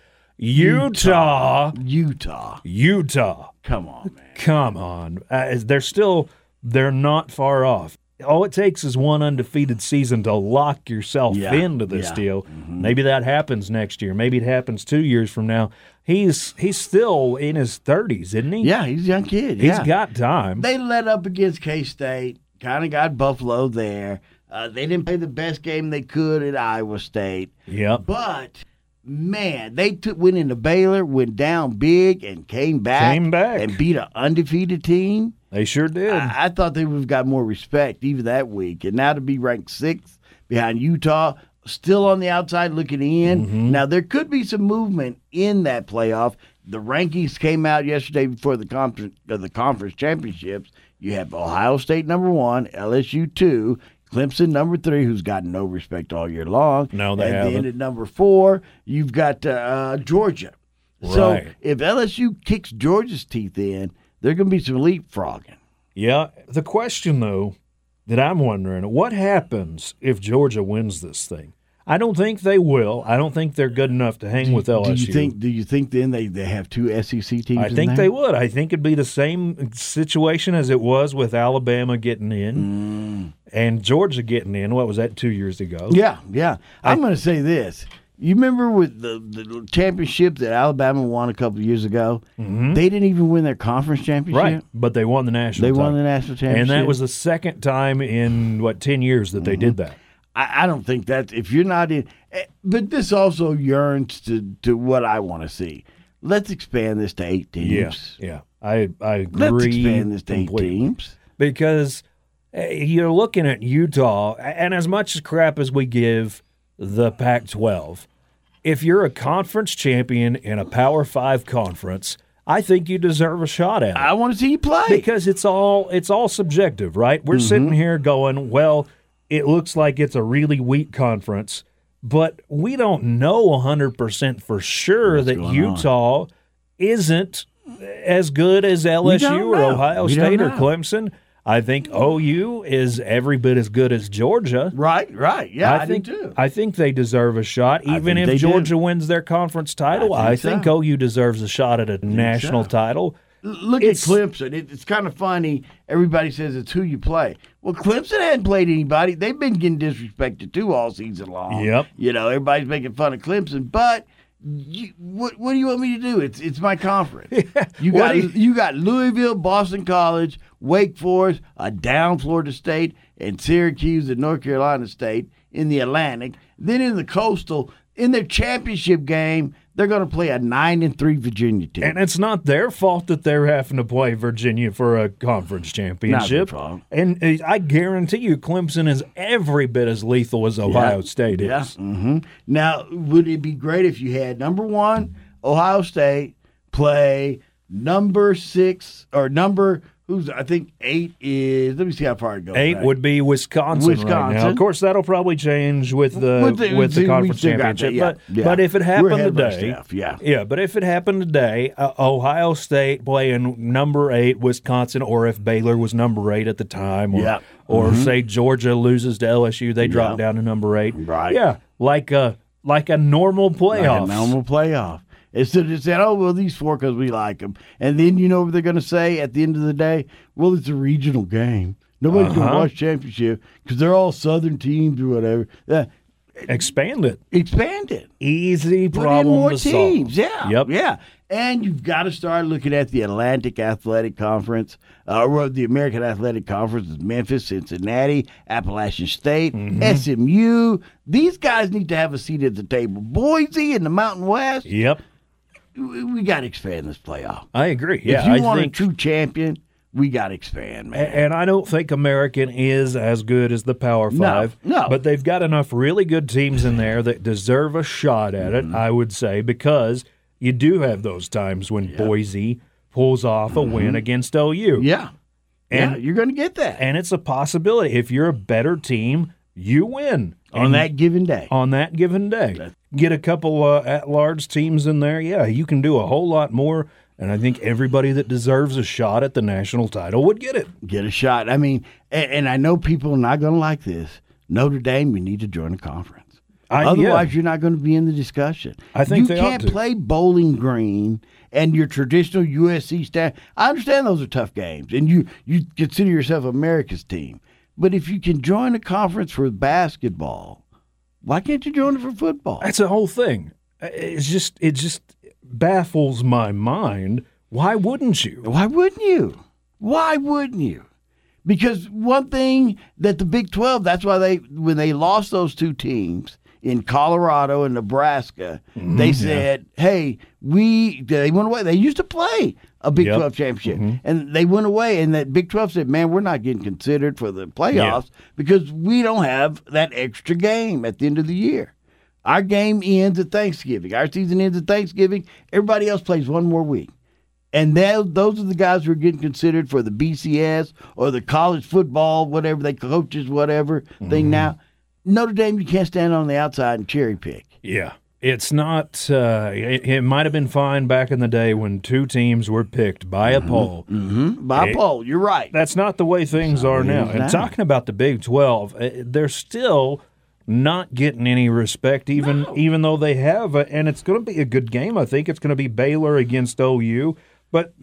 Speaker 2: Utah.
Speaker 1: Utah.
Speaker 2: Utah.
Speaker 1: Come on, man.
Speaker 2: Come on. Uh, they're still they're not far off. All it takes is one undefeated season to lock yourself
Speaker 1: Yeah,
Speaker 2: into this
Speaker 1: yeah. Mm-hmm.
Speaker 2: deal. Maybe that happens next year. Maybe it happens 2 years from now. He's he's still in his 30s, isn't he?
Speaker 1: Yeah, he's a young kid.
Speaker 2: He's
Speaker 1: yeah.
Speaker 2: got time.
Speaker 1: They let up against K State, kind of got Buffalo there. Uh, they didn't play the best game they could at Iowa State,
Speaker 2: Yep.
Speaker 1: but man, they took went into Baylor, went down big, and came back,
Speaker 2: Came back.
Speaker 1: and beat an undefeated team.
Speaker 2: They sure did.
Speaker 1: I, I thought they would have got more respect even that week, and now to be ranked sixth behind Utah, still on the outside looking in.
Speaker 2: Mm-hmm.
Speaker 1: Now there could be some movement in that playoff. The rankings came out yesterday before the conference uh, the conference championships. You have Ohio State number one, LSU two. Clemson number three, who's gotten no respect all year long.
Speaker 2: No, they
Speaker 1: and
Speaker 2: haven't.
Speaker 1: Then at number four, you've got uh, Georgia. So
Speaker 2: Right.
Speaker 1: if LSU kicks Georgia's teeth in, there's going to be some leapfrogging.
Speaker 2: yeah. The question, though, that I'm wondering what happens if Georgia wins this thing? I don't think they will. I don't think they're good enough to hang with LSU.
Speaker 1: Do you think? Do you think then they, they have two SEC teams?
Speaker 2: I
Speaker 1: in
Speaker 2: think
Speaker 1: there?
Speaker 2: they would. I think it'd be the same situation as it was with Alabama getting in and Georgia getting in. What was that two years ago?
Speaker 1: Mm. Yeah, yeah. I'm going to say this. You remember with the, the championship that Alabama won a couple of years ago? They didn't even win their conference championship.
Speaker 2: Mm-hmm. Right. But they won the national.
Speaker 1: They won
Speaker 2: title.
Speaker 1: the national championship. Mm-hmm.
Speaker 2: And that was the second time in what ten years that they did that.
Speaker 1: I, I don't think that if you're not in, eh, but this also yearns to to what I want to see. Let's expand this to eight teams.
Speaker 2: Yeah. Yeah. I I agree
Speaker 1: Let's expand this to eight
Speaker 2: completely.
Speaker 1: teams.
Speaker 2: because eh, you're looking at Utah, and as much as crap as we give the Pac 12, if you're a conference champion in a Power Five conference, I think you deserve a shot at it
Speaker 1: I want to see you play.
Speaker 2: because it's all it's all subjective, right?
Speaker 1: Mm-hmm.
Speaker 2: We're sitting here going, well, it looks like it's a really weak conference, but we don't know 100% for sure that
Speaker 1: going on?
Speaker 2: Utah isn't as good as LSU or
Speaker 1: know.
Speaker 2: Ohio
Speaker 1: We don't
Speaker 2: State or
Speaker 1: know.
Speaker 2: Clemson. I think OU is every bit as good as Georgia.
Speaker 1: right, right. Yeah, I,
Speaker 2: think
Speaker 1: do too.
Speaker 2: I think they deserve a shot, even
Speaker 1: think they
Speaker 2: if
Speaker 1: do.
Speaker 2: Georgia wins their conference title.
Speaker 1: I
Speaker 2: I
Speaker 1: think
Speaker 2: think,
Speaker 1: so.
Speaker 2: OU deserves a shot at a national title.
Speaker 1: Look
Speaker 2: It's-
Speaker 1: at Clemson. It, it's kind of funny. Everybody says it's who you play. Well, Clemson hadn't played anybody. They've been getting disrespected too all season long.
Speaker 2: Yep.
Speaker 1: You know, everybody's making fun of Clemson, but. You, what what do you want me to do? It's it's my conference. You
Speaker 2: What
Speaker 1: got
Speaker 2: do
Speaker 1: you,
Speaker 2: you-
Speaker 1: got Louisville, Boston College, Wake Forest, a down Florida State, and Syracuse and North Carolina State in the Atlantic. Then in the Coastal, in their championship game, they're going to play a nine and three Virginia team.
Speaker 2: And it's not their fault that they're having to play Virginia for a conference championship.
Speaker 1: fault.
Speaker 2: And uh, I guarantee you, Clemson is every bit as lethal as Ohio State is.
Speaker 1: Yeah. hmm Now, would it be great if you had number one Ohio State play number six or number who's I think eight is. Let me see how far it goes.
Speaker 2: Eight
Speaker 1: back.
Speaker 2: would be Wisconsin, right now.
Speaker 1: Wisconsin.
Speaker 2: Of course, that'll probably change with the with
Speaker 1: With
Speaker 2: the,
Speaker 1: the- we
Speaker 2: conference
Speaker 1: still got that,
Speaker 2: championship.
Speaker 1: yeah,
Speaker 2: But
Speaker 1: yeah.
Speaker 2: but if it
Speaker 1: We're
Speaker 2: happened
Speaker 1: ahead by
Speaker 2: today,
Speaker 1: staff, yeah.
Speaker 2: yeah. But if it happened today, uh, Ohio State playing number eight, Wisconsin, or if Baylor was number eight at the time, or
Speaker 1: Yeah. Mm-hmm.
Speaker 2: or say Georgia loses to LSU, they drop
Speaker 1: Yeah.
Speaker 2: down to number eight.
Speaker 1: Right.
Speaker 2: Yeah, like a like a normal playoff.
Speaker 1: Like a normal playoff. Instead of saying, oh, well, these four because we like them. And then you know what they're going to say at the end of the day? Well, it's a regional game. Nobody's
Speaker 2: Uh-huh.
Speaker 1: going to watch championship because they're all Southern teams or whatever. Uh,
Speaker 2: Expand it.
Speaker 1: expand it.
Speaker 2: Easy
Speaker 1: Put
Speaker 2: problem
Speaker 1: in more
Speaker 2: to
Speaker 1: teams.
Speaker 2: solve.
Speaker 1: Yeah.
Speaker 2: Yep.
Speaker 1: Yeah. And you've got to start looking at the Atlantic Athletic Conference, uh, or the American Athletic Conference is Memphis, Cincinnati, Appalachian State,
Speaker 2: Mm-hmm.
Speaker 1: SMU. These guys need to have a seat at the table. Boise in the Mountain West.
Speaker 2: Yep.
Speaker 1: We, we got to expand this playoff.
Speaker 2: I agree. Yeah.
Speaker 1: if you
Speaker 2: I
Speaker 1: want
Speaker 2: think
Speaker 1: a true champion, we got to expand,
Speaker 2: A-
Speaker 1: man.
Speaker 2: And I don't think American is as good as the Power Five.
Speaker 1: no.
Speaker 2: But they've got enough really good teams in there that deserve a shot at
Speaker 1: Mm-hmm.
Speaker 2: it, I would say, because you do have those times when Boise pulls off a win against OU.
Speaker 1: Mm-hmm. yeah. yeah.
Speaker 2: And-
Speaker 1: You're going to get that
Speaker 2: And it's a possibility. If you're a better team, you win
Speaker 1: on
Speaker 2: And
Speaker 1: that given day.
Speaker 2: on that given day. Get a couple uh, at-large teams in there. Yeah, you can do a whole lot more. And I think everybody that deserves a shot at the national title would get it.
Speaker 1: get a shot. I mean, and, and I know people are not going to like this. Notre Dame, you need to join a conference.
Speaker 2: I-
Speaker 1: Otherwise,
Speaker 2: yeah.
Speaker 1: you're not going to be in the discussion.
Speaker 2: I think
Speaker 1: you
Speaker 2: they ought
Speaker 1: can't
Speaker 2: to.
Speaker 1: play Bowling Green and your traditional USC staff. I understand those are tough games, and you you consider yourself America's team. But if you can join a conference for basketball, why can't you join it for football?
Speaker 2: That's the whole thing. Uh, It's just it just baffles my mind. Why wouldn't you?
Speaker 1: Why wouldn't you? Why wouldn't you? Because one thing that the Big 12, that's why they, when they lost those two teams in Colorado and Nebraska, they said, hey, we, they went away. They used to play a Big
Speaker 2: Yep.
Speaker 1: 12 championship. And they went away, and that Big 12 said, man, we're not getting considered for the playoffs because we don't have that extra game at the end of the year. Our game ends at Thanksgiving. Our season ends at Thanksgiving. Everybody else plays one more week. And that, those are the guys who are getting considered for the BCS or the college football, whatever they coaches, whatever
Speaker 2: Mm-hmm.
Speaker 1: thing now. Notre Dame, you can't stand on the outside and cherry pick.
Speaker 2: Yeah. It's not. Uh, it, it might have been fine back in the day when two teams were picked by a poll.
Speaker 1: By
Speaker 2: It-
Speaker 1: poll, you're right.
Speaker 2: That's not the way things are now.
Speaker 1: it is
Speaker 2: And
Speaker 1: now.
Speaker 2: talking about the Big Twelve, uh, they're still not getting any respect, even even though they have. A, and it's going to be a good game. I think it's going to be Baylor against OU. But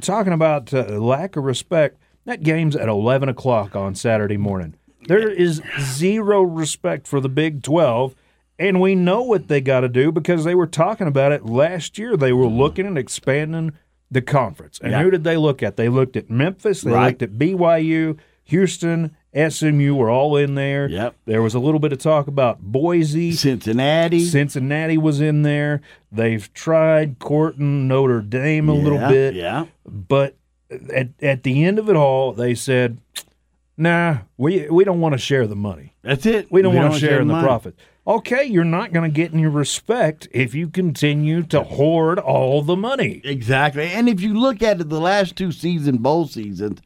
Speaker 2: talking about uh, lack of respect, that game's at eleven o'clock on Saturday morning. There is zero respect for the Big Twelve. And we know what they got to do because they were talking about it last year. They were looking and expanding the conference. And
Speaker 1: Yeah.
Speaker 2: who did they look at? They looked at Memphis. They
Speaker 1: Right.
Speaker 2: looked at BYU, Houston, SMU were all in there.
Speaker 1: Yep.
Speaker 2: There was a little bit of talk about Boise.
Speaker 1: Cincinnati.
Speaker 2: Cincinnati was in there. They've tried courting Notre Dame a little
Speaker 1: Yeah,
Speaker 2: bit.
Speaker 1: Yeah.
Speaker 2: But at, at the end of it all, they said, nah, we, we don't want to share the money.
Speaker 1: That's it.
Speaker 2: We don't want to
Speaker 1: wanna
Speaker 2: share in the
Speaker 1: money.
Speaker 2: profit. Okay, you're not going to get any respect if you continue to hoard all the money.
Speaker 1: Exactly. And if you look at it, the last two season bowl seasons,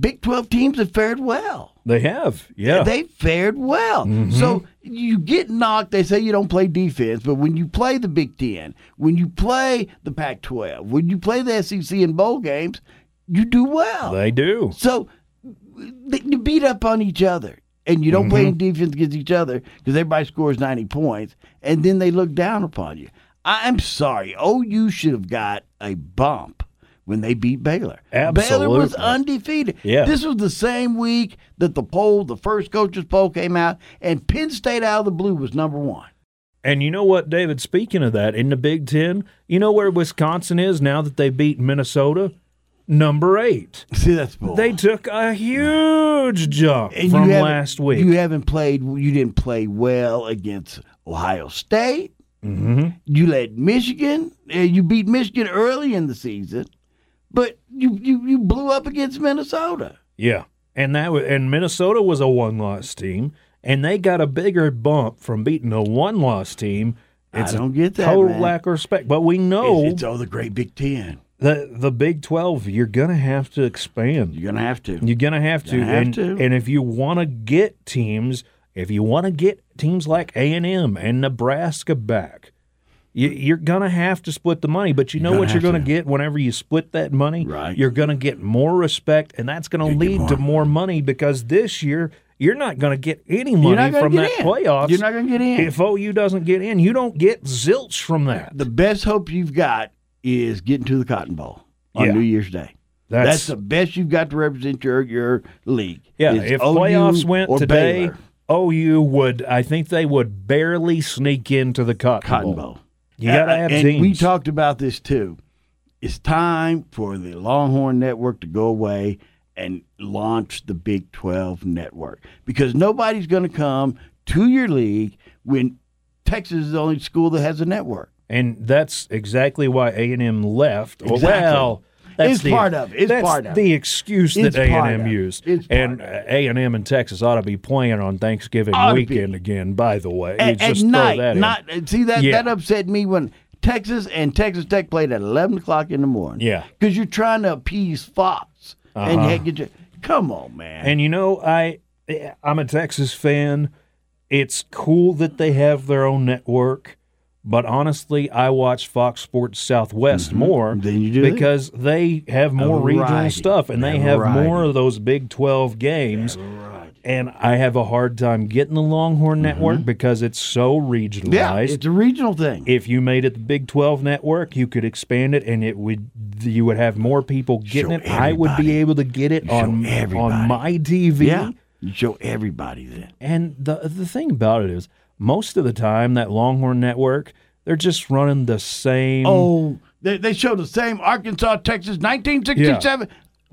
Speaker 1: Big 12 teams have fared well.
Speaker 2: They have, yeah.
Speaker 1: They fared well. So you get knocked. They say you don't play defense, but when you play the Big Ten, when you play the Pac 12, when you play the SEC in bowl games, you do well.
Speaker 2: They do.
Speaker 1: So they, you beat up on each other, and you don't play any defense against each other because everybody scores ninety points, and then they look down upon you. I, I'm sorry, OU should have got a bump when they beat Baylor. Baylor was
Speaker 2: Absolutely.
Speaker 1: undefeated.
Speaker 2: Yeah.
Speaker 1: This was the same week that the poll, the first coaches poll came out, and Penn State out of the blue was number one.
Speaker 2: And you know what, David, speaking of that, in the Big Ten, you know where Wisconsin is now that they beat Minnesota? Number eight.
Speaker 1: See, that's bull.
Speaker 2: They took a huge jump
Speaker 1: And
Speaker 2: from
Speaker 1: haven't-
Speaker 2: last week.
Speaker 1: You haven't played. You didn't play well against Ohio State.
Speaker 2: Mhm.
Speaker 1: You let Michigan. Uh, you beat Michigan early in the season, but you you, you blew up against Minnesota.
Speaker 2: Yeah, and that was, and Minnesota was a one loss team, and they got a bigger bump from beating a one loss team. It's
Speaker 1: I don't get that.
Speaker 2: a total
Speaker 1: man.
Speaker 2: lack of respect. But we know
Speaker 1: It's, it's all the great Big Ten.
Speaker 2: the the Big Twelve. You're gonna have to expand.
Speaker 1: You're gonna have to.
Speaker 2: You're gonna have to.
Speaker 1: Gonna have
Speaker 2: and,
Speaker 1: to.
Speaker 2: and if you want to get teams, if you want to get teams like A and M and Nebraska back. you- You're gonna have to split the money, but you know
Speaker 1: gonna
Speaker 2: what you're
Speaker 1: have
Speaker 2: gonna
Speaker 1: to.
Speaker 2: get whenever you split that money.
Speaker 1: Right.
Speaker 2: You're gonna get more respect, and that's gonna
Speaker 1: You get
Speaker 2: lead to
Speaker 1: more.
Speaker 2: more money because this year you're not gonna get any money
Speaker 1: You're not gonna
Speaker 2: from
Speaker 1: get
Speaker 2: that
Speaker 1: in.
Speaker 2: playoffs.
Speaker 1: You're not gonna get in.
Speaker 2: if OU doesn't get in, you don't get zilch from that.
Speaker 1: the best hope you've got is getting to the Cotton Bowl on
Speaker 2: Yeah.
Speaker 1: New Year's Day. That's, the best you've got to represent your your league.
Speaker 2: Yeah,
Speaker 1: is
Speaker 2: if
Speaker 1: OU
Speaker 2: playoffs went
Speaker 1: or
Speaker 2: today,
Speaker 1: Baylor,
Speaker 2: OU would. I think they would barely sneak into the Cotton,
Speaker 1: Cotton
Speaker 2: Bowl.
Speaker 1: Bowl.
Speaker 2: You gotta have
Speaker 1: and
Speaker 2: teams.
Speaker 1: we talked about this too. It's time for the Longhorn Network to go away and launch the Big 12 network because nobody's going to come to your league when Texas is the only school that has a network.
Speaker 2: and that's exactly why A and M left.
Speaker 1: Exactly.
Speaker 2: Well, that's
Speaker 1: It's
Speaker 2: the,
Speaker 1: part of it. It's
Speaker 2: that's
Speaker 1: part of
Speaker 2: the excuse
Speaker 1: It's
Speaker 2: that A
Speaker 1: part
Speaker 2: and
Speaker 1: of
Speaker 2: M
Speaker 1: it.
Speaker 2: used.
Speaker 1: It's part
Speaker 2: and
Speaker 1: of
Speaker 2: A and M in Texas ought to be playing on Thanksgiving
Speaker 1: Ought to be.
Speaker 2: weekend again. By the way, You
Speaker 1: At, at
Speaker 2: just
Speaker 1: night,
Speaker 2: throw that in.
Speaker 1: not see that
Speaker 2: Yeah.
Speaker 1: that upset me when Texas and Texas Tech played at 11 o'clock in the morning.
Speaker 2: Yeah.
Speaker 1: because you're trying to appease Fox and
Speaker 2: Uh-huh.
Speaker 1: heck, get your, come on, man.
Speaker 2: And you know, I I'm a Texas fan. It's cool that they have their own network, but honestly, I watch Fox Sports Southwest more
Speaker 1: Mm-hmm. Then you do that.
Speaker 2: because they have more regional
Speaker 1: variety.
Speaker 2: stuff and they have
Speaker 1: Variety.
Speaker 2: more of those Big 12 games. And I have a hard time getting the Longhorn network because it's so regionalized
Speaker 1: Mm-hmm. yeah, it's a regional thing.
Speaker 2: if you made it the Big 12 network, you could expand it and it would you would have more people getting
Speaker 1: Show
Speaker 2: it. I would be
Speaker 1: everybody.
Speaker 2: able to get it
Speaker 1: show
Speaker 2: on on
Speaker 1: everybody.
Speaker 2: my TV.
Speaker 1: yeah, you show everybody that.
Speaker 2: And the the thing about it is most of the time that Longhorn network, they're just running the same
Speaker 1: Oh, they, they show the same Arkansas, Texas, 1967.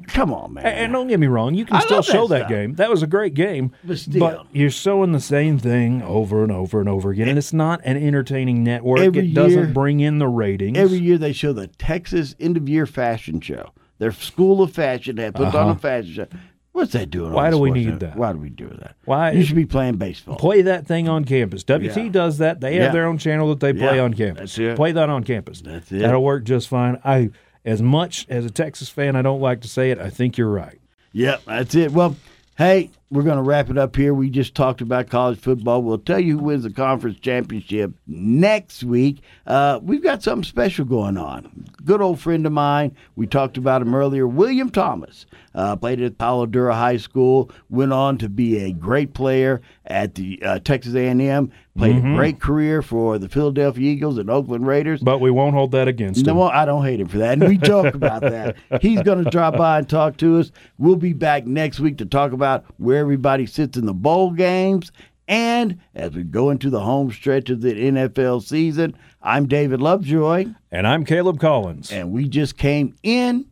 Speaker 1: Come on, man.
Speaker 2: A- And don't get me wrong, you can
Speaker 1: I
Speaker 2: still
Speaker 1: love that
Speaker 2: show that
Speaker 1: stuff.
Speaker 2: game. That was a great game.
Speaker 1: But still. E
Speaker 2: you're showing the same thing over and over and over again. And it's not an entertaining network.
Speaker 1: Every
Speaker 2: it doesn't
Speaker 1: year-
Speaker 2: bring in the ratings.
Speaker 1: Every year they show the Texas end of year fashion show. Their school of fashion had put on a fashion show. What's that doing? on
Speaker 2: Uh-huh. Why
Speaker 1: the
Speaker 2: do we
Speaker 1: sports
Speaker 2: need
Speaker 1: network?
Speaker 2: that?
Speaker 1: Why do we do that?
Speaker 2: Why-
Speaker 1: you should be playing baseball?
Speaker 2: play that thing on campus. WT
Speaker 1: Yeah.
Speaker 2: does that. They have
Speaker 1: Yeah.
Speaker 2: their own channel that they play
Speaker 1: Yeah,
Speaker 2: on campus.
Speaker 1: that's it.
Speaker 2: Play that on campus.
Speaker 1: That's it.
Speaker 2: That'll work just fine. I, as much as a Texas fan, I don't like to say it. I think you're right.
Speaker 1: Yep, that's it. Well, hey, we're going to wrap it up here. We just talked about college football. We'll tell you who wins the conference championship next week. Uh, we've got something special going on. Good old friend of mine, we talked about him earlier, William Thomas, uh, played at Palo Duro High School, went on to be a great player at the uh, Texas A&M, played a great career for the Philadelphia Eagles and Oakland Raiders.
Speaker 2: But we won't hold that against
Speaker 1: No,
Speaker 2: him.
Speaker 1: well, I don't hate him for that. And we joke about that. He's going to drop by and talk to us. We'll be back next week to talk about where everybody sits in the bowl games. And as we go into the home stretch of the NFL season, I'm David Lovejoy,
Speaker 2: And I'm Caleb Collins.
Speaker 1: and we just came in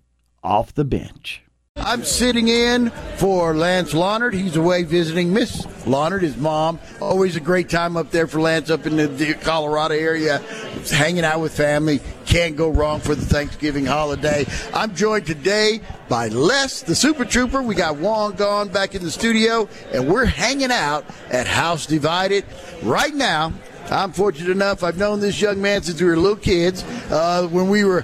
Speaker 1: off the bench. I'm sitting in for Lance Lonard. He's away visiting Miss Lonard, his mom. Always a great time up there for Lance up in the, the Colorado area, Just hanging out with family. Can't go wrong for the Thanksgiving holiday. I'm joined today by Les, the Super Trooper. We got Wong gone back in the studio, and we're hanging out at House Divided right now. I'm fortunate enough. I've known this young man since we were little kids. Uh, when we were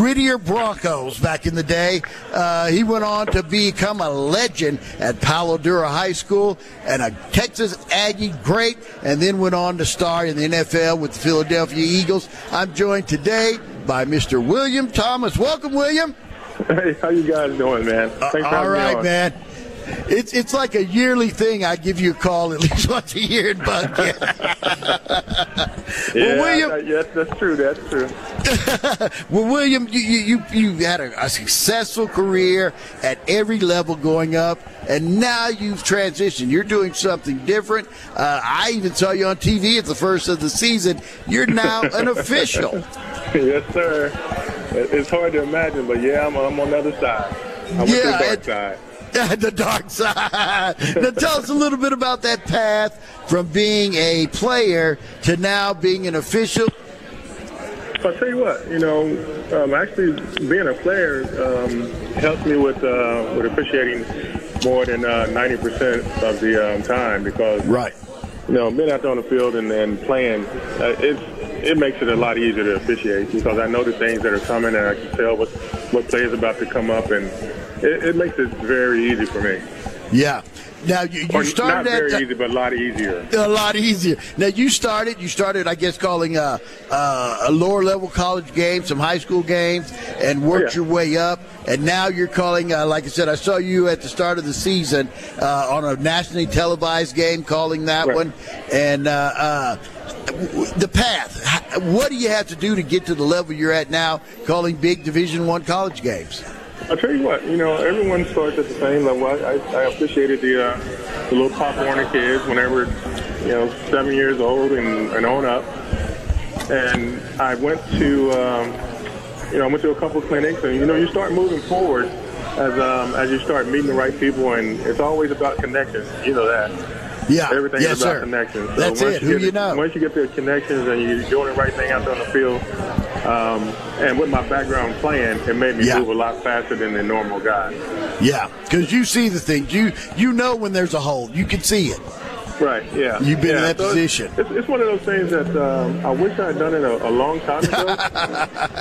Speaker 1: Whittier Broncos back in the day, uh, he went on to become a legend at Palo Duro High School and a Texas Aggie great, and then went on to star in the NFL with the Philadelphia Eagles. I'm joined today by Mr. William Thomas. Welcome, William.
Speaker 3: Hey, how you guys doing, man? Thanks for
Speaker 1: Uh, All
Speaker 3: having me
Speaker 1: right,
Speaker 3: on.
Speaker 1: man. It's it's like a yearly thing. I give you a call at least once a year and bug you.
Speaker 3: Yeah,
Speaker 1: well, William,
Speaker 3: that- yes, that's true. That's true.
Speaker 1: Well, William, you you, you, you had a, a successful career at every level going up, and now you've transitioned. You're doing something different. Uh, I even saw you on TV at the first of the season. You're now an official.
Speaker 3: yes, sir. It- It's hard to imagine, but yeah, I'm, I'm on the other side. I went
Speaker 1: Yeah,
Speaker 3: to the dark
Speaker 1: it-
Speaker 3: side.
Speaker 1: the dark side. Now, tell us a little bit about that path from being a player to now being an official.
Speaker 3: I'll tell you what, you know, um, actually being a player um, helps me with uh, with officiating more than uh, ninety percent of the um, time because
Speaker 1: Right.
Speaker 3: you know being out there on the field and, and playing, uh, it's it makes it a lot easier to officiate because I know the things that are coming and I can tell what what play is about to come up and it, it makes it very easy for me.
Speaker 1: Yeah. Now you, you
Speaker 3: Or not
Speaker 1: started at
Speaker 3: very
Speaker 1: the-
Speaker 3: easy, but a lot easier.
Speaker 1: a lot easier. Now you started. You started, I guess, calling uh, uh, a lower level college games, some high school games, and worked
Speaker 3: Oh, Yeah.
Speaker 1: your way up. And now you're calling. Uh, like I said, I saw you at the start of the season uh, on a nationally televised game, calling that
Speaker 3: Right.
Speaker 1: one. And uh, uh, w- w- the path. H- What do you have to do to get to the level you're at now, calling big Division One college games?
Speaker 3: I'll tell you what, you know, everyone starts at the same level. I, I, I appreciated the, uh, the little Pop Warner kids when they were, you know, seven years old and, and on up. And I went to, um, you know, I went to a couple clinics, and you know, you start moving forward as um, as you start meeting the right people, and it's always about connections. You know that.
Speaker 1: Yeah.
Speaker 3: Everything
Speaker 1: yes,
Speaker 3: is about
Speaker 1: sir.
Speaker 3: connections. So
Speaker 1: That's
Speaker 3: once
Speaker 1: it. Who
Speaker 3: get-
Speaker 1: you know.
Speaker 3: Once you get the connections and you're doing the right thing out there on the field, um, and with my background playing, it made me
Speaker 1: Yeah.
Speaker 3: move a lot faster than the normal guy.
Speaker 1: Yeah, because you see the things. You you know when there's a hole. You can see it.
Speaker 3: Right. Yeah.
Speaker 1: You've been in
Speaker 3: Yeah,
Speaker 1: that
Speaker 3: so it's-
Speaker 1: position.
Speaker 3: It's, it's one of those things that um, I wish I had done it a, a long time ago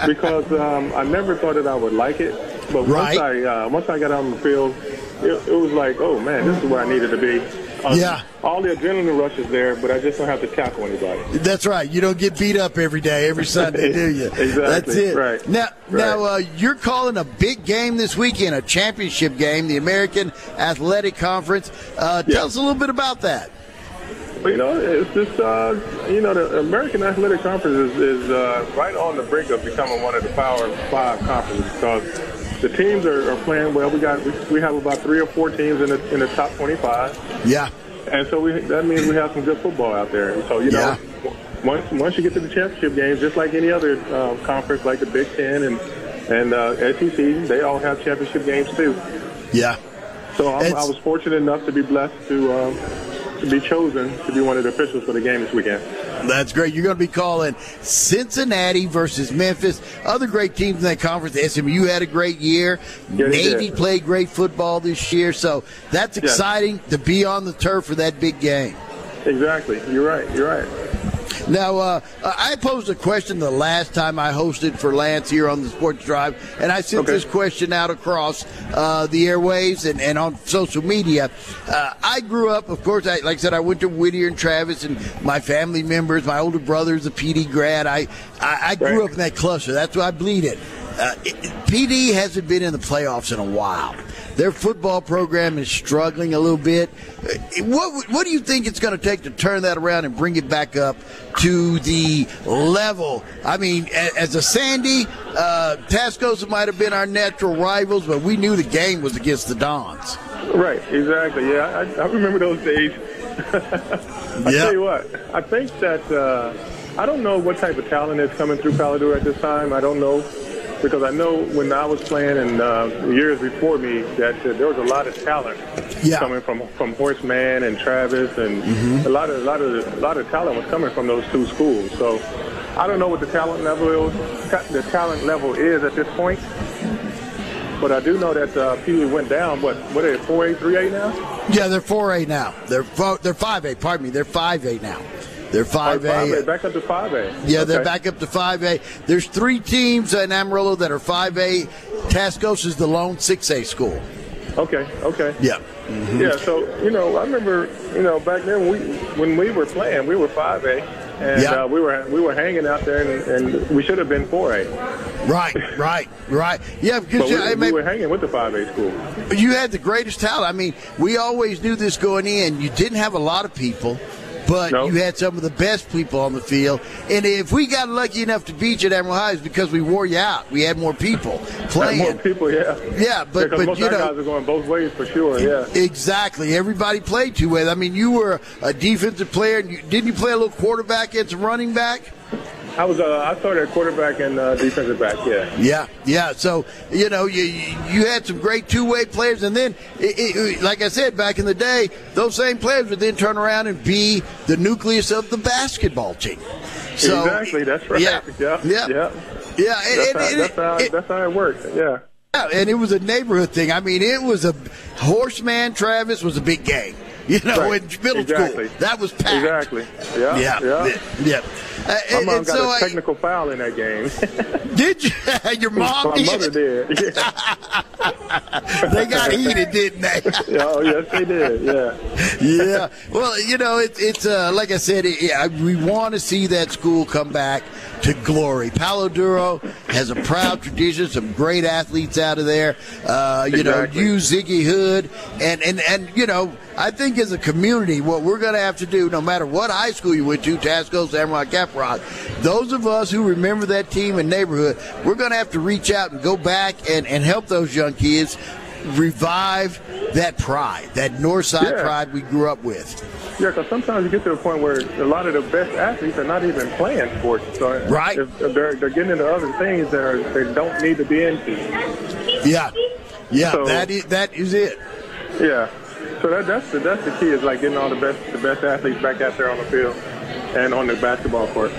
Speaker 3: because um, I never thought that I would like it. But
Speaker 1: Right.
Speaker 3: once I uh, once I got out on the field, it, it was like, oh man, this is where I needed to be. Uh,
Speaker 1: Yeah.
Speaker 3: All the adrenaline rush is there, but I just don't have to tackle anybody.
Speaker 1: That's right. You don't get beat up every day, every Sunday, do you?
Speaker 3: Exactly.
Speaker 1: That's it.
Speaker 3: Right.
Speaker 1: Now, now
Speaker 3: Right.
Speaker 1: uh, you're calling a big game this weekend, a championship game, the American Athletic Conference. Uh,
Speaker 3: Yeah.
Speaker 1: Tell us a little bit about that.
Speaker 3: But, you know, it's just uh, you know the American Athletic Conference is, is uh, right on the brink of becoming one of the Power Five conferences because the teams are, are playing well. We got we, we have about three or four teams in the in the top twenty-five,
Speaker 1: Yeah.
Speaker 3: and so we that means we have some good football out there. And so you know, once once you get to the championship games, just like any other uh, conference, like the Big Ten and and uh, SEC, they all have championship games too.
Speaker 1: Yeah.
Speaker 3: So I'm, I
Speaker 1: It's-
Speaker 3: was fortunate enough to be blessed to. Um, to be chosen to be one of the officials for the game this weekend.
Speaker 1: That's great. You're going to be calling Cincinnati versus Memphis. Other great teams in that conference. SMU had a great year.
Speaker 3: Yeah, they did.
Speaker 1: Navy played great football this year. So that's
Speaker 3: Yes.
Speaker 1: exciting to be on the turf for that big game.
Speaker 3: Exactly. You're right. You're right.
Speaker 1: Now, uh, I posed a question the last time I hosted for Lance here on the Sports Drive, and I sent
Speaker 3: Okay.
Speaker 1: this question out across uh, the airwaves and, and on social media. Uh, I grew up, of course, I, like I said, I went to Whittier and Travis, and my family members, my older brother's a PD grad. I, I, I grew
Speaker 3: Right.
Speaker 1: up in that cluster. That's why I bleed it. Uh, it- PD hasn't been in the playoffs in a while. Their football program is struggling a little bit. Uh, What what do you think it's going to take to turn that around and bring it back up to the level? I mean, a- as a Sandy, uh, Tascosa might have been our natural rivals, but we knew the game was against the Dons.
Speaker 3: Right. Exactly. Yeah. I, I remember those days. I
Speaker 1: Yeah.
Speaker 3: tell you what. I think that uh, I don't know what type of talent is coming through Paladure at this time. I don't know. because I know when I was playing and uh, years before me that uh, there was a lot of talent
Speaker 1: Yeah. Mm-hmm.
Speaker 3: coming from from Horseman and Travis and a lot of a lot of a lot of talent was coming from those two schools. So I don't know what the talent level is, the talent level is at this point, but I do know that uh, Pee Wee went down. What what are they four eight three eight now?
Speaker 1: Yeah, they're four eight now. They're fo- they're five eight. Pardon me, they're five eight now. They're five eight.
Speaker 3: back up to five eight.
Speaker 1: Yeah, they're back up to 5A. There's three teams in Amarillo that are 5A. Tascos is the lone 6A school.
Speaker 3: Okay, okay. Mm-hmm.
Speaker 1: Yeah.
Speaker 3: Yeah, so you know, I remember you know back then we when we were playing, we were five A, and
Speaker 1: Yeah.
Speaker 3: uh, we were we were hanging out there, and, and we should have been four A,
Speaker 1: Right, right, right. Yeah,
Speaker 3: but
Speaker 1: because
Speaker 3: we,
Speaker 1: you, I
Speaker 3: we
Speaker 1: mean,
Speaker 3: were hanging with the five A school.
Speaker 1: you had the greatest talent. I mean, we always knew this going in. You didn't have a lot of people, but
Speaker 3: No.
Speaker 1: you had some of the best people on the field. And if we got lucky enough to beat you at Amarillo High, it's because we wore you out. We had more people playing.
Speaker 3: More people, yeah.
Speaker 1: Yeah, but-
Speaker 3: because
Speaker 1: but,
Speaker 3: most
Speaker 1: you
Speaker 3: of our
Speaker 1: know-
Speaker 3: guys are going both ways for sure. Yeah.
Speaker 1: Exactly. Everybody played two ways. I mean, you were a defensive player, and you, didn't you play a little quarterback and some running back?
Speaker 3: I was uh, I started at quarterback and uh, defensive back. Yeah.
Speaker 1: Yeah, yeah. So you know, you you had some great two way players, and then, it, it- it, like I said back in the day, those same players would then turn around and be the nucleus of the basketball team. So,
Speaker 3: exactly. That's right.
Speaker 1: Yeah,
Speaker 3: Yeah.
Speaker 1: yeah,
Speaker 3: yeah.
Speaker 1: yeah, and-
Speaker 3: That's,
Speaker 1: and-
Speaker 3: how,
Speaker 1: and
Speaker 3: that's, how,
Speaker 1: it-
Speaker 3: that's how it worked. Yeah.
Speaker 1: Yeah, and it was a neighborhood thing. I mean, it was a horseman. Travis was a big gang. You know,
Speaker 3: Right.
Speaker 1: in middle
Speaker 3: Exactly.
Speaker 1: school, that was packed.
Speaker 3: Exactly. Yeah.
Speaker 1: Yeah, yeah, yeah. Uh,
Speaker 3: My
Speaker 1: and,
Speaker 3: mom
Speaker 1: and
Speaker 3: got
Speaker 1: so
Speaker 3: a
Speaker 1: I-
Speaker 3: technical foul in that game.
Speaker 1: did you? your mom
Speaker 3: My
Speaker 1: did.
Speaker 3: mother did. Yeah.
Speaker 1: They got heated, didn't they?
Speaker 3: Yeah, oh yes, they did. Yeah,
Speaker 1: yeah. Well, you know, it, it's uh, like I said, it, yeah, we want to see that school come back to glory. Palo Duro has a proud tradition, some great athletes out of there. Uh, you
Speaker 3: Exactly.
Speaker 1: know, you, Ziggy Hood, and, and, and, you know, I think as a community, what we're going to have to do, no matter what high school you went to, Tasco's, Samurai, Caprock, those of us who remember that team and neighborhood, we're going to have to reach out and go back and, and help those young kids revive that pride, that north side
Speaker 3: Yeah.
Speaker 1: pride we grew up with.
Speaker 3: yeah. Because sometimes you get to a point where a lot of the best athletes are not even playing sports. So
Speaker 1: Right.
Speaker 3: if- if they're they're getting into other things that are, they don't need to be into.
Speaker 1: Yeah, yeah,
Speaker 3: So-
Speaker 1: that is that is it.
Speaker 3: Yeah. So that, that's the that's the key is like getting all the best the best athletes back out there on the field and on the basketball court.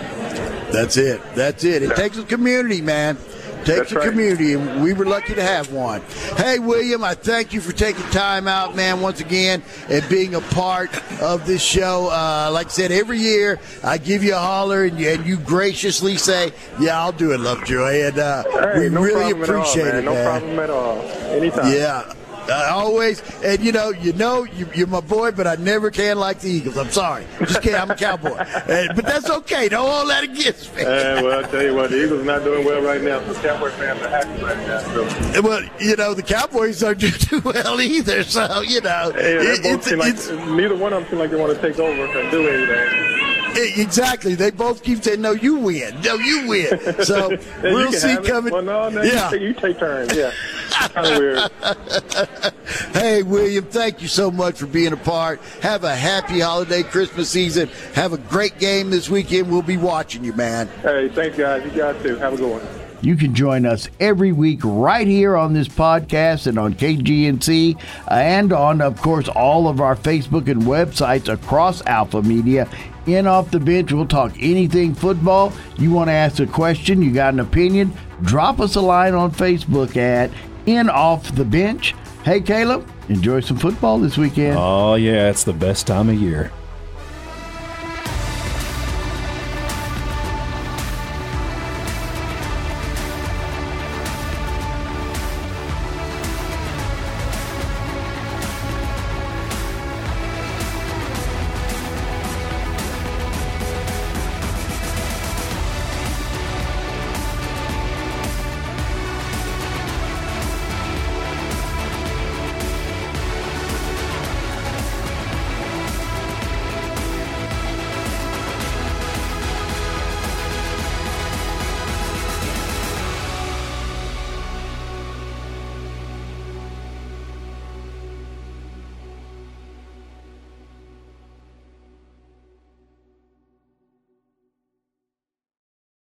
Speaker 1: That's it. That's it. It takes a community, man. It takes
Speaker 3: That's
Speaker 1: a
Speaker 3: right.
Speaker 1: community, and we were lucky to have one. Hey, William, I thank you for taking time out, man, once again, and being a part of this show. Uh, like I said, every year I give you a holler, and you, and you graciously say, "Yeah, I'll do it, Lovejoy," and uh,
Speaker 3: Hey,
Speaker 1: we
Speaker 3: no
Speaker 1: really
Speaker 3: problem
Speaker 1: appreciate
Speaker 3: at
Speaker 1: it,
Speaker 3: all, man. No
Speaker 1: man.
Speaker 3: problem at all. Anytime.
Speaker 1: Yeah. I always, and you know, you know, you, you're my boy, but I never can like the Eagles. I'm sorry, just kidding. I'm a cowboy, Uh, but that's okay. Don't hold that against me.
Speaker 3: And well, I tell you what, the Eagles are not doing well right now. So Cowboy fans are happy right now. So
Speaker 1: Well, you know, the Cowboys aren't doing too well either. So you know,
Speaker 3: yeah, they
Speaker 1: it-
Speaker 3: both
Speaker 1: it's,
Speaker 3: seem like
Speaker 1: it's-
Speaker 3: neither one of them seem like they want to take over and do anything.
Speaker 1: it- e, exactly. They both keep saying, "No, you win. No, you win." So
Speaker 3: Yeah, you
Speaker 1: we'll
Speaker 3: can
Speaker 1: see
Speaker 3: have it.
Speaker 1: coming.
Speaker 3: Well, no, no,
Speaker 1: yeah.
Speaker 3: you, take, you take turns. Yeah, kind of weird.
Speaker 1: Hey, William, thank you so much for being a part. Have a happy holiday Christmas season. Have a great game this weekend. We'll be watching you, man.
Speaker 3: Hey, thanks, guys. You guys too. Have a good one.
Speaker 4: You can join us every week right here on this podcast and on KGNC and on, of course, all of our Facebook and websites across Alpha Media. In off the bench, we'll talk anything football. You want to ask a question, you got an opinion, drop us a line on Facebook at In Off the Bench. Hey, Caleb, enjoy some football this weekend.
Speaker 2: Oh, yeah, it's the best time of year.